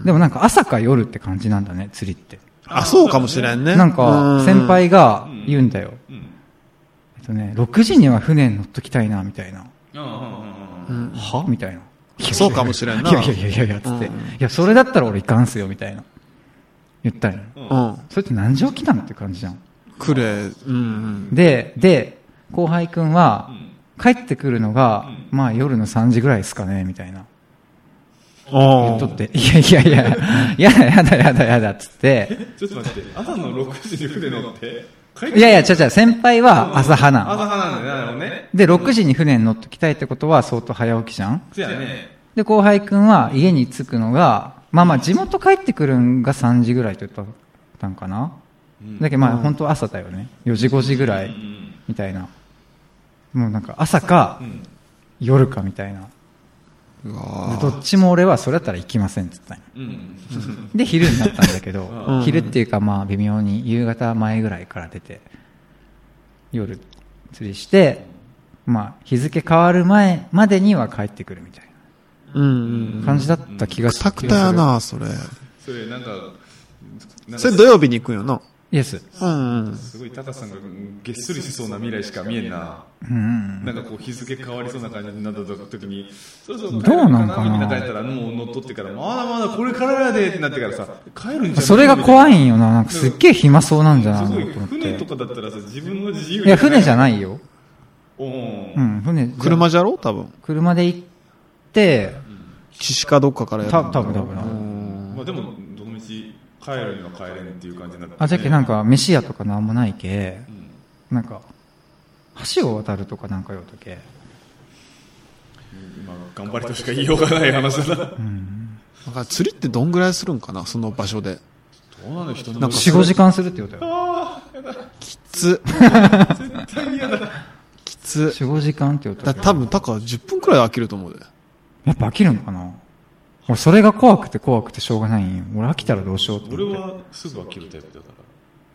でもなんか朝か夜って感じなんだね、釣りって。あ、そうかもしれんね。なんか、うん先。輩が言うんだよ。うんえっとね、6時には船に乗っときたいな、みたいな。うんうんうんうんはみたいな。そうかもしれんないやいやいやいやいや、つって。いうんや、それだったら俺行かんすよ、みたいな。言ったんよ。うん。それって何時起きなのって感じじゃん。くれ、うん。で、で、後輩くんはう、ん帰ってくるのが、まあ夜の3時ぐらいですかね、みたいな。あ言っとって、いやいやいや、やだやだやだやだ、つって。ちょっと待って、朝の6時に船乗って、帰っいやいや、ちゃちゃ、先輩は朝派な朝の。派なんだよ、なるほどね。で、6時に船に乗っときたいってことは相当早起きじゃんそやね。で、後輩くんは家に着くのが、まあまあ地元帰ってくるんが3時ぐらいと言ったんかな。だけどまあ本当朝だよね。4時5時ぐらい、みたいな。もうなんか朝かん、夜かみたいな。うでわどっちも俺はそれだったら行きませんって言ったんようん。で、昼になったんだけうどん、昼っていうかまあ微妙に夕方前ぐらいから出て、夜釣りして、まあ日付変わる前までには帰ってくるみたいうんうん。な感じだった気がすサクタやな、それ。それ、なんか、なんそかれ土曜日に行くんよな。イエス。うんうん。すごいタカさんがげっそりしそうな未来しか見えんな。うん。なんかこう日付変わりそうな感じになった時に、そろそろどうなんかなみたいな帰ったら、もう乗っ取ってから、まだまだこれからやでってなってからさ、帰るんじゃそれが怖いいんよな。なんかすっげえ暇そうなんじゃないすごのいと思っ船とて。かだったらさ、自分の自由いや、船じゃい。ないよ。おうーん、船。車じゃろ多分。車で行って、岸かどっかからやる。た多分多う分ん。まあでも、どの道、帰るには帰れんっていう感じになった、あ、じゃけなんんか、飯屋とかなんもないけ、んなんか、橋を渡るとかなんかようとけ。まあ、頑張りとしか言いようがない話だな。どだから釣りってどんぐらいするんかなその場所で。うなの人なのんか4、5時間するってことよ。 つ。きつ。 4、5時間ってことだよ。多分、たか10分くらいで飽きると思うで。やっぱ飽きるのかな俺、それが怖くて怖くてしょうがないんよ。俺飽きたらどうしようと俺思って。はすぐ飽きるタイプだから。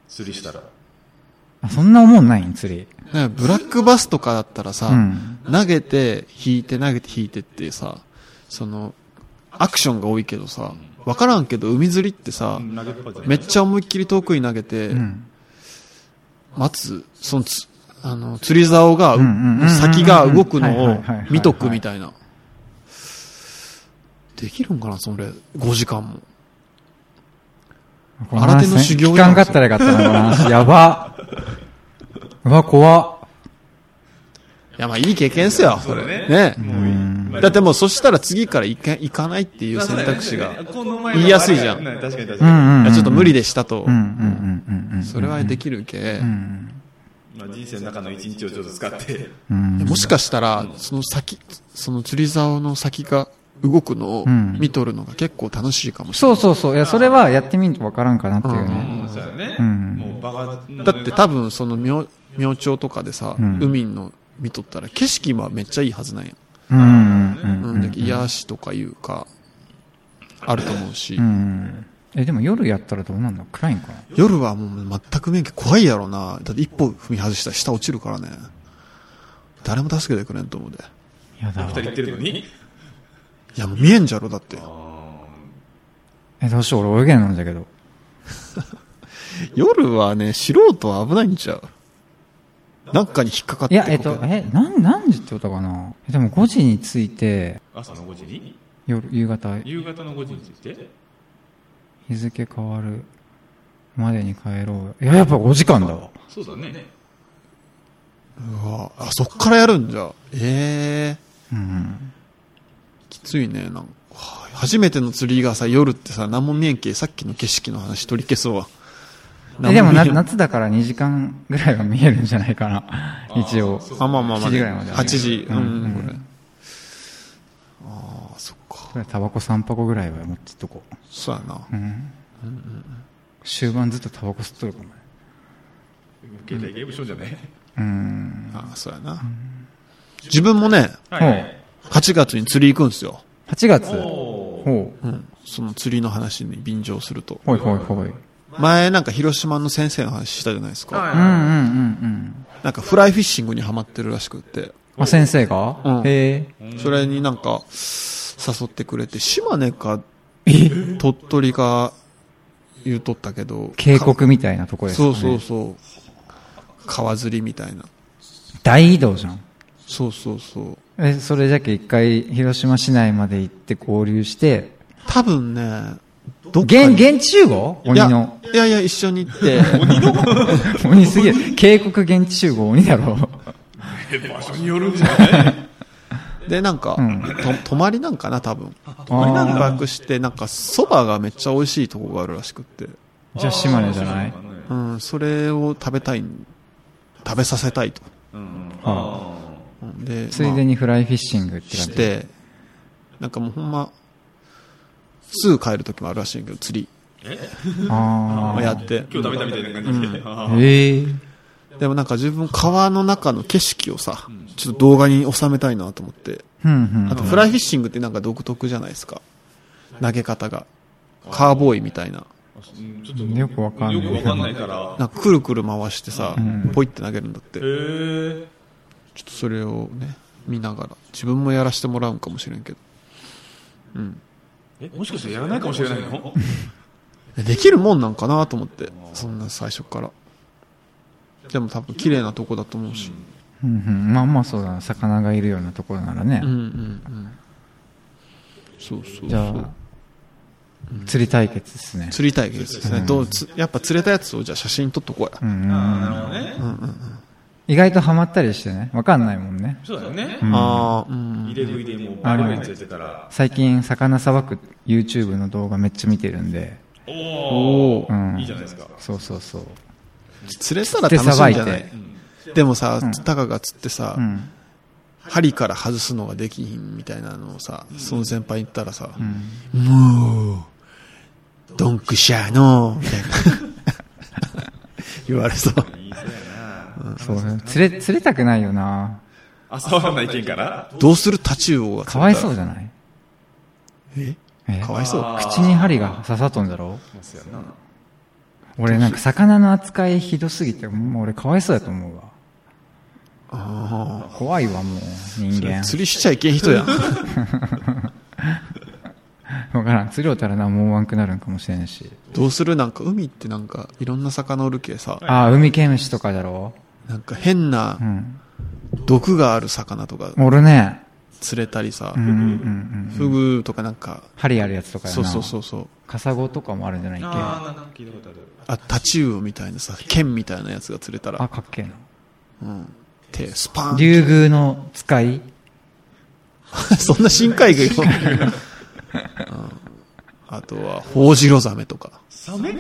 釣りしたら。あ、そんな思んないん、釣り。ね、ブラックバスとかだったらさ、うん投げて、引いて、投げて、引いてってさ、その、アクションが多いけどさ、わからんけど、海釣りってさ、投げっぱじゃないめっちゃ思いっきり遠くに投げて、うん。待つ、そのつ、あの、釣り竿が、んうんうんうん先が動くのはいをはいはいはい見とくみたいな。できるんかな、それ。5時間も。この話新手の修行期じゃん間があったらよかったな、この 話。やば。うわ、怖っ。いや、まあ、いい経験っすよ、それ。そうだね。もうだってもう、そしたら次から行か行かないっていう選択肢が。言いやすいじゃん確かに確うかに。んうん、いうや、ん。ちょっと無理でしたと。うんうんうんうんうん。それはできるけ、まあ、人生の中の一日をちょっと使って、うん。もしかしたら、その先、その釣り竿の先が動くのをん見とるのが結構楽しいかもしれそなうい。そうそう。いや、それはやってみんとわからんかなっていうね。もうさね、んもうバカ、だって多分その明、明朝とかでさ、ん海の見とったら景色はめっちゃいいはずなんや。うんうんうん、だけど癒やしとかいうか、あると思うし、うんうん。え、でも夜やったらどうなんだ暗いんかな夜はもう全く免許怖いやろな。だって一歩踏み外したら下落ちるからね。誰も助けてくれんと思うで。やだ二人行ってるのに。いやもう見えんじゃろ、だって。あえ、どうしよう、俺泳げないんだけど。夜はね、素人は危ないんちゃう。なんかに引っかかっいてや、えっとこ、けえ、なん、何時ってことかなえでも5時に着いて、朝の5時に夜、夕方、夕方の5時に着いて日付変わるまでに帰ろう。いや、やっぱ5時間だわ。そうだねうわあ、そっからやるんじゃ。ええうん。きついね、なんか。はあ初めての釣りがさ、夜ってさ、何も見えんけ、さっきの景色の話取り消そうわ。え、でもな、何見えん夏だから2時間ぐらいは見えるんじゃないかな。一応。あ、まあまあまあ、 7時ぐらいまで8時。うん、うんうんこれ。ああ、そっか。これタバコ3箱ぐらいは持ってっとこう。そうやな。終盤ずっとタバコ吸っとるかもね。携帯ゲームショーじゃない、うん。ああ、そうやな。自分もね、はほう。 8月に釣り行くんですよ。 8月。おほう。ーほうん。その釣りの話に便乗すると。いほいほい。うん前なんか広島の先生の話したじゃないですか。はいうんうんうん。なんかフライフィッシングにハマってるらしくって。あ、先生がうんへえ。それになんか誘ってくれて、島根か、鳥取か言うとったけど。渓谷みたいなとこですかそね。うそうそう。川釣りみたいな。大移動じゃん。そうそうそう。え、それじゃけ一回、広島市内まで行って合流して、多分ね、どっか現、に現地集合い鬼やの。。いやいや、一緒に行って。鬼すぎる。渓谷現地集合鬼だろ。場所によるんじゃないで、なんか、うんと泊まりなんかな、多分。泊まりなんか泊して、なんか、蕎麦がめっちゃ美味しいとこがあるらしくって。じゃあ島根じゃないうん、それを食べたいん、食べさせたいと。うんで、ついでにフライフィッシングってまあ感しじ。て、なんかもうほんま、すぐ帰る時もあるらしいけど、釣り。あまあやって。今日食べたみたいな感じで、ああ。へえ。でもなんか自分川の中の景色をさ、ちょっと動画に収めたいなと思って。ふんふんあ。とフライフィッシングってなんか独特じゃないですか。投げ方が。カーボーイみたいな。ーちょっとよくわかんないよくわかんないからなんかくるくる回してさ、ポイって投げるんだって。ちょへえっとそれをね、見ながら。自分もやらしてもらうんかもしれんけど。えもしかしてやらないかもしれないのえできるもんなんかなと思って。そんな最初から。でも多分綺麗なとこだと思うし。うんうん、まあまあそうだな魚がいるようなところならね、うんうんうん。そうそうそう。じゃあ、釣り対決ですね釣りたいですね。どうつやっぱ釣れたやつをじゃあ写真撮っとこうや。うんうんなるほどね意外とハマったりしてねわかんないもんねそうだよねああ、うん。入れ食いでもうバリバリついてたら最近魚さばく YouTube の動画めっちゃ見てるんで、おおおーうん、いいじゃないですかそうそうそう釣れたら楽しいんじゃな釣っていでもさ、たかが釣ってさ、うん針から外すのができひんみたいなのをさ、その先輩に言ったらさ、もう、ドンクシャーのみた いな。言われそう。そうね釣れ釣れたくないよな朝はな意見からどうするタチウオが釣れたかわいそうじゃないええかわいそう。口に針が刺さっとんだろますやな俺なんか魚の扱いひどすぎてもう俺かわいそうだと思うわあ怖いわもう人間あ。釣りしちゃいけん人やん。わからん釣りおったら何も思わんくなるんかもしれんしどうするなんか海ってなんかいろんな魚おるけさ、ああ、海ケムシとかだろなんか変う。なん毒がある魚とか俺ね、釣れたりさ、うんうんうんうん。フグとかなんか、針あるやつとかやそな。うそうそうそう。カサゴとかもあるんじゃないっけああなんか聞いたことあるあ、タチウオみたいなさ、剣みたいなやつが釣れたら、かっけえな。うん。手、スパーン。 竜宮の使いそんな深海魚よ。うんあとは、ホオジロザメとか。サメ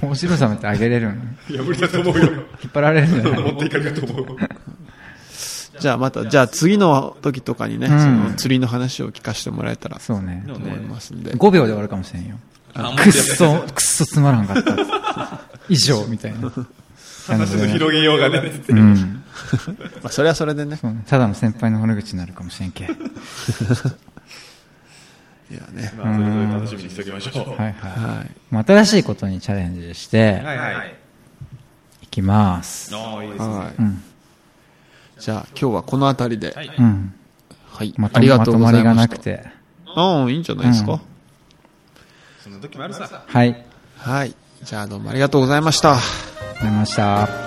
面白さめってあげれるんいや無理だと 思うよ引っ張られるんじゃない 持っていかれると思うじゃあまた、じゃあ次の時とかにね、うんその釣りの話を聞かせてもらえたらとそうね。思いますんで。 5秒で終わるかもしれんよ。あくっそ、くっそつまらんかった。以上、みたいな。感じちょっとで。広げようがねうん。まあそれはそれでね。そうねただの先輩の骨口になるかもしれんけ。はいいやね。まあそれぞれ楽しみにしておきましょうはい。はい。まあ新しいことにチャレンジしてはいはいいきます。ああいいですねはい。うん。じゃあ今日はこの辺りで。いうん。はい。まとありがまととうごまざりいがまなしくた。て。ああ、いいんじゃないですか。うんそんな時もあるさ。はい。ありがとはい。じゃあどうもありがとうございました。うございました。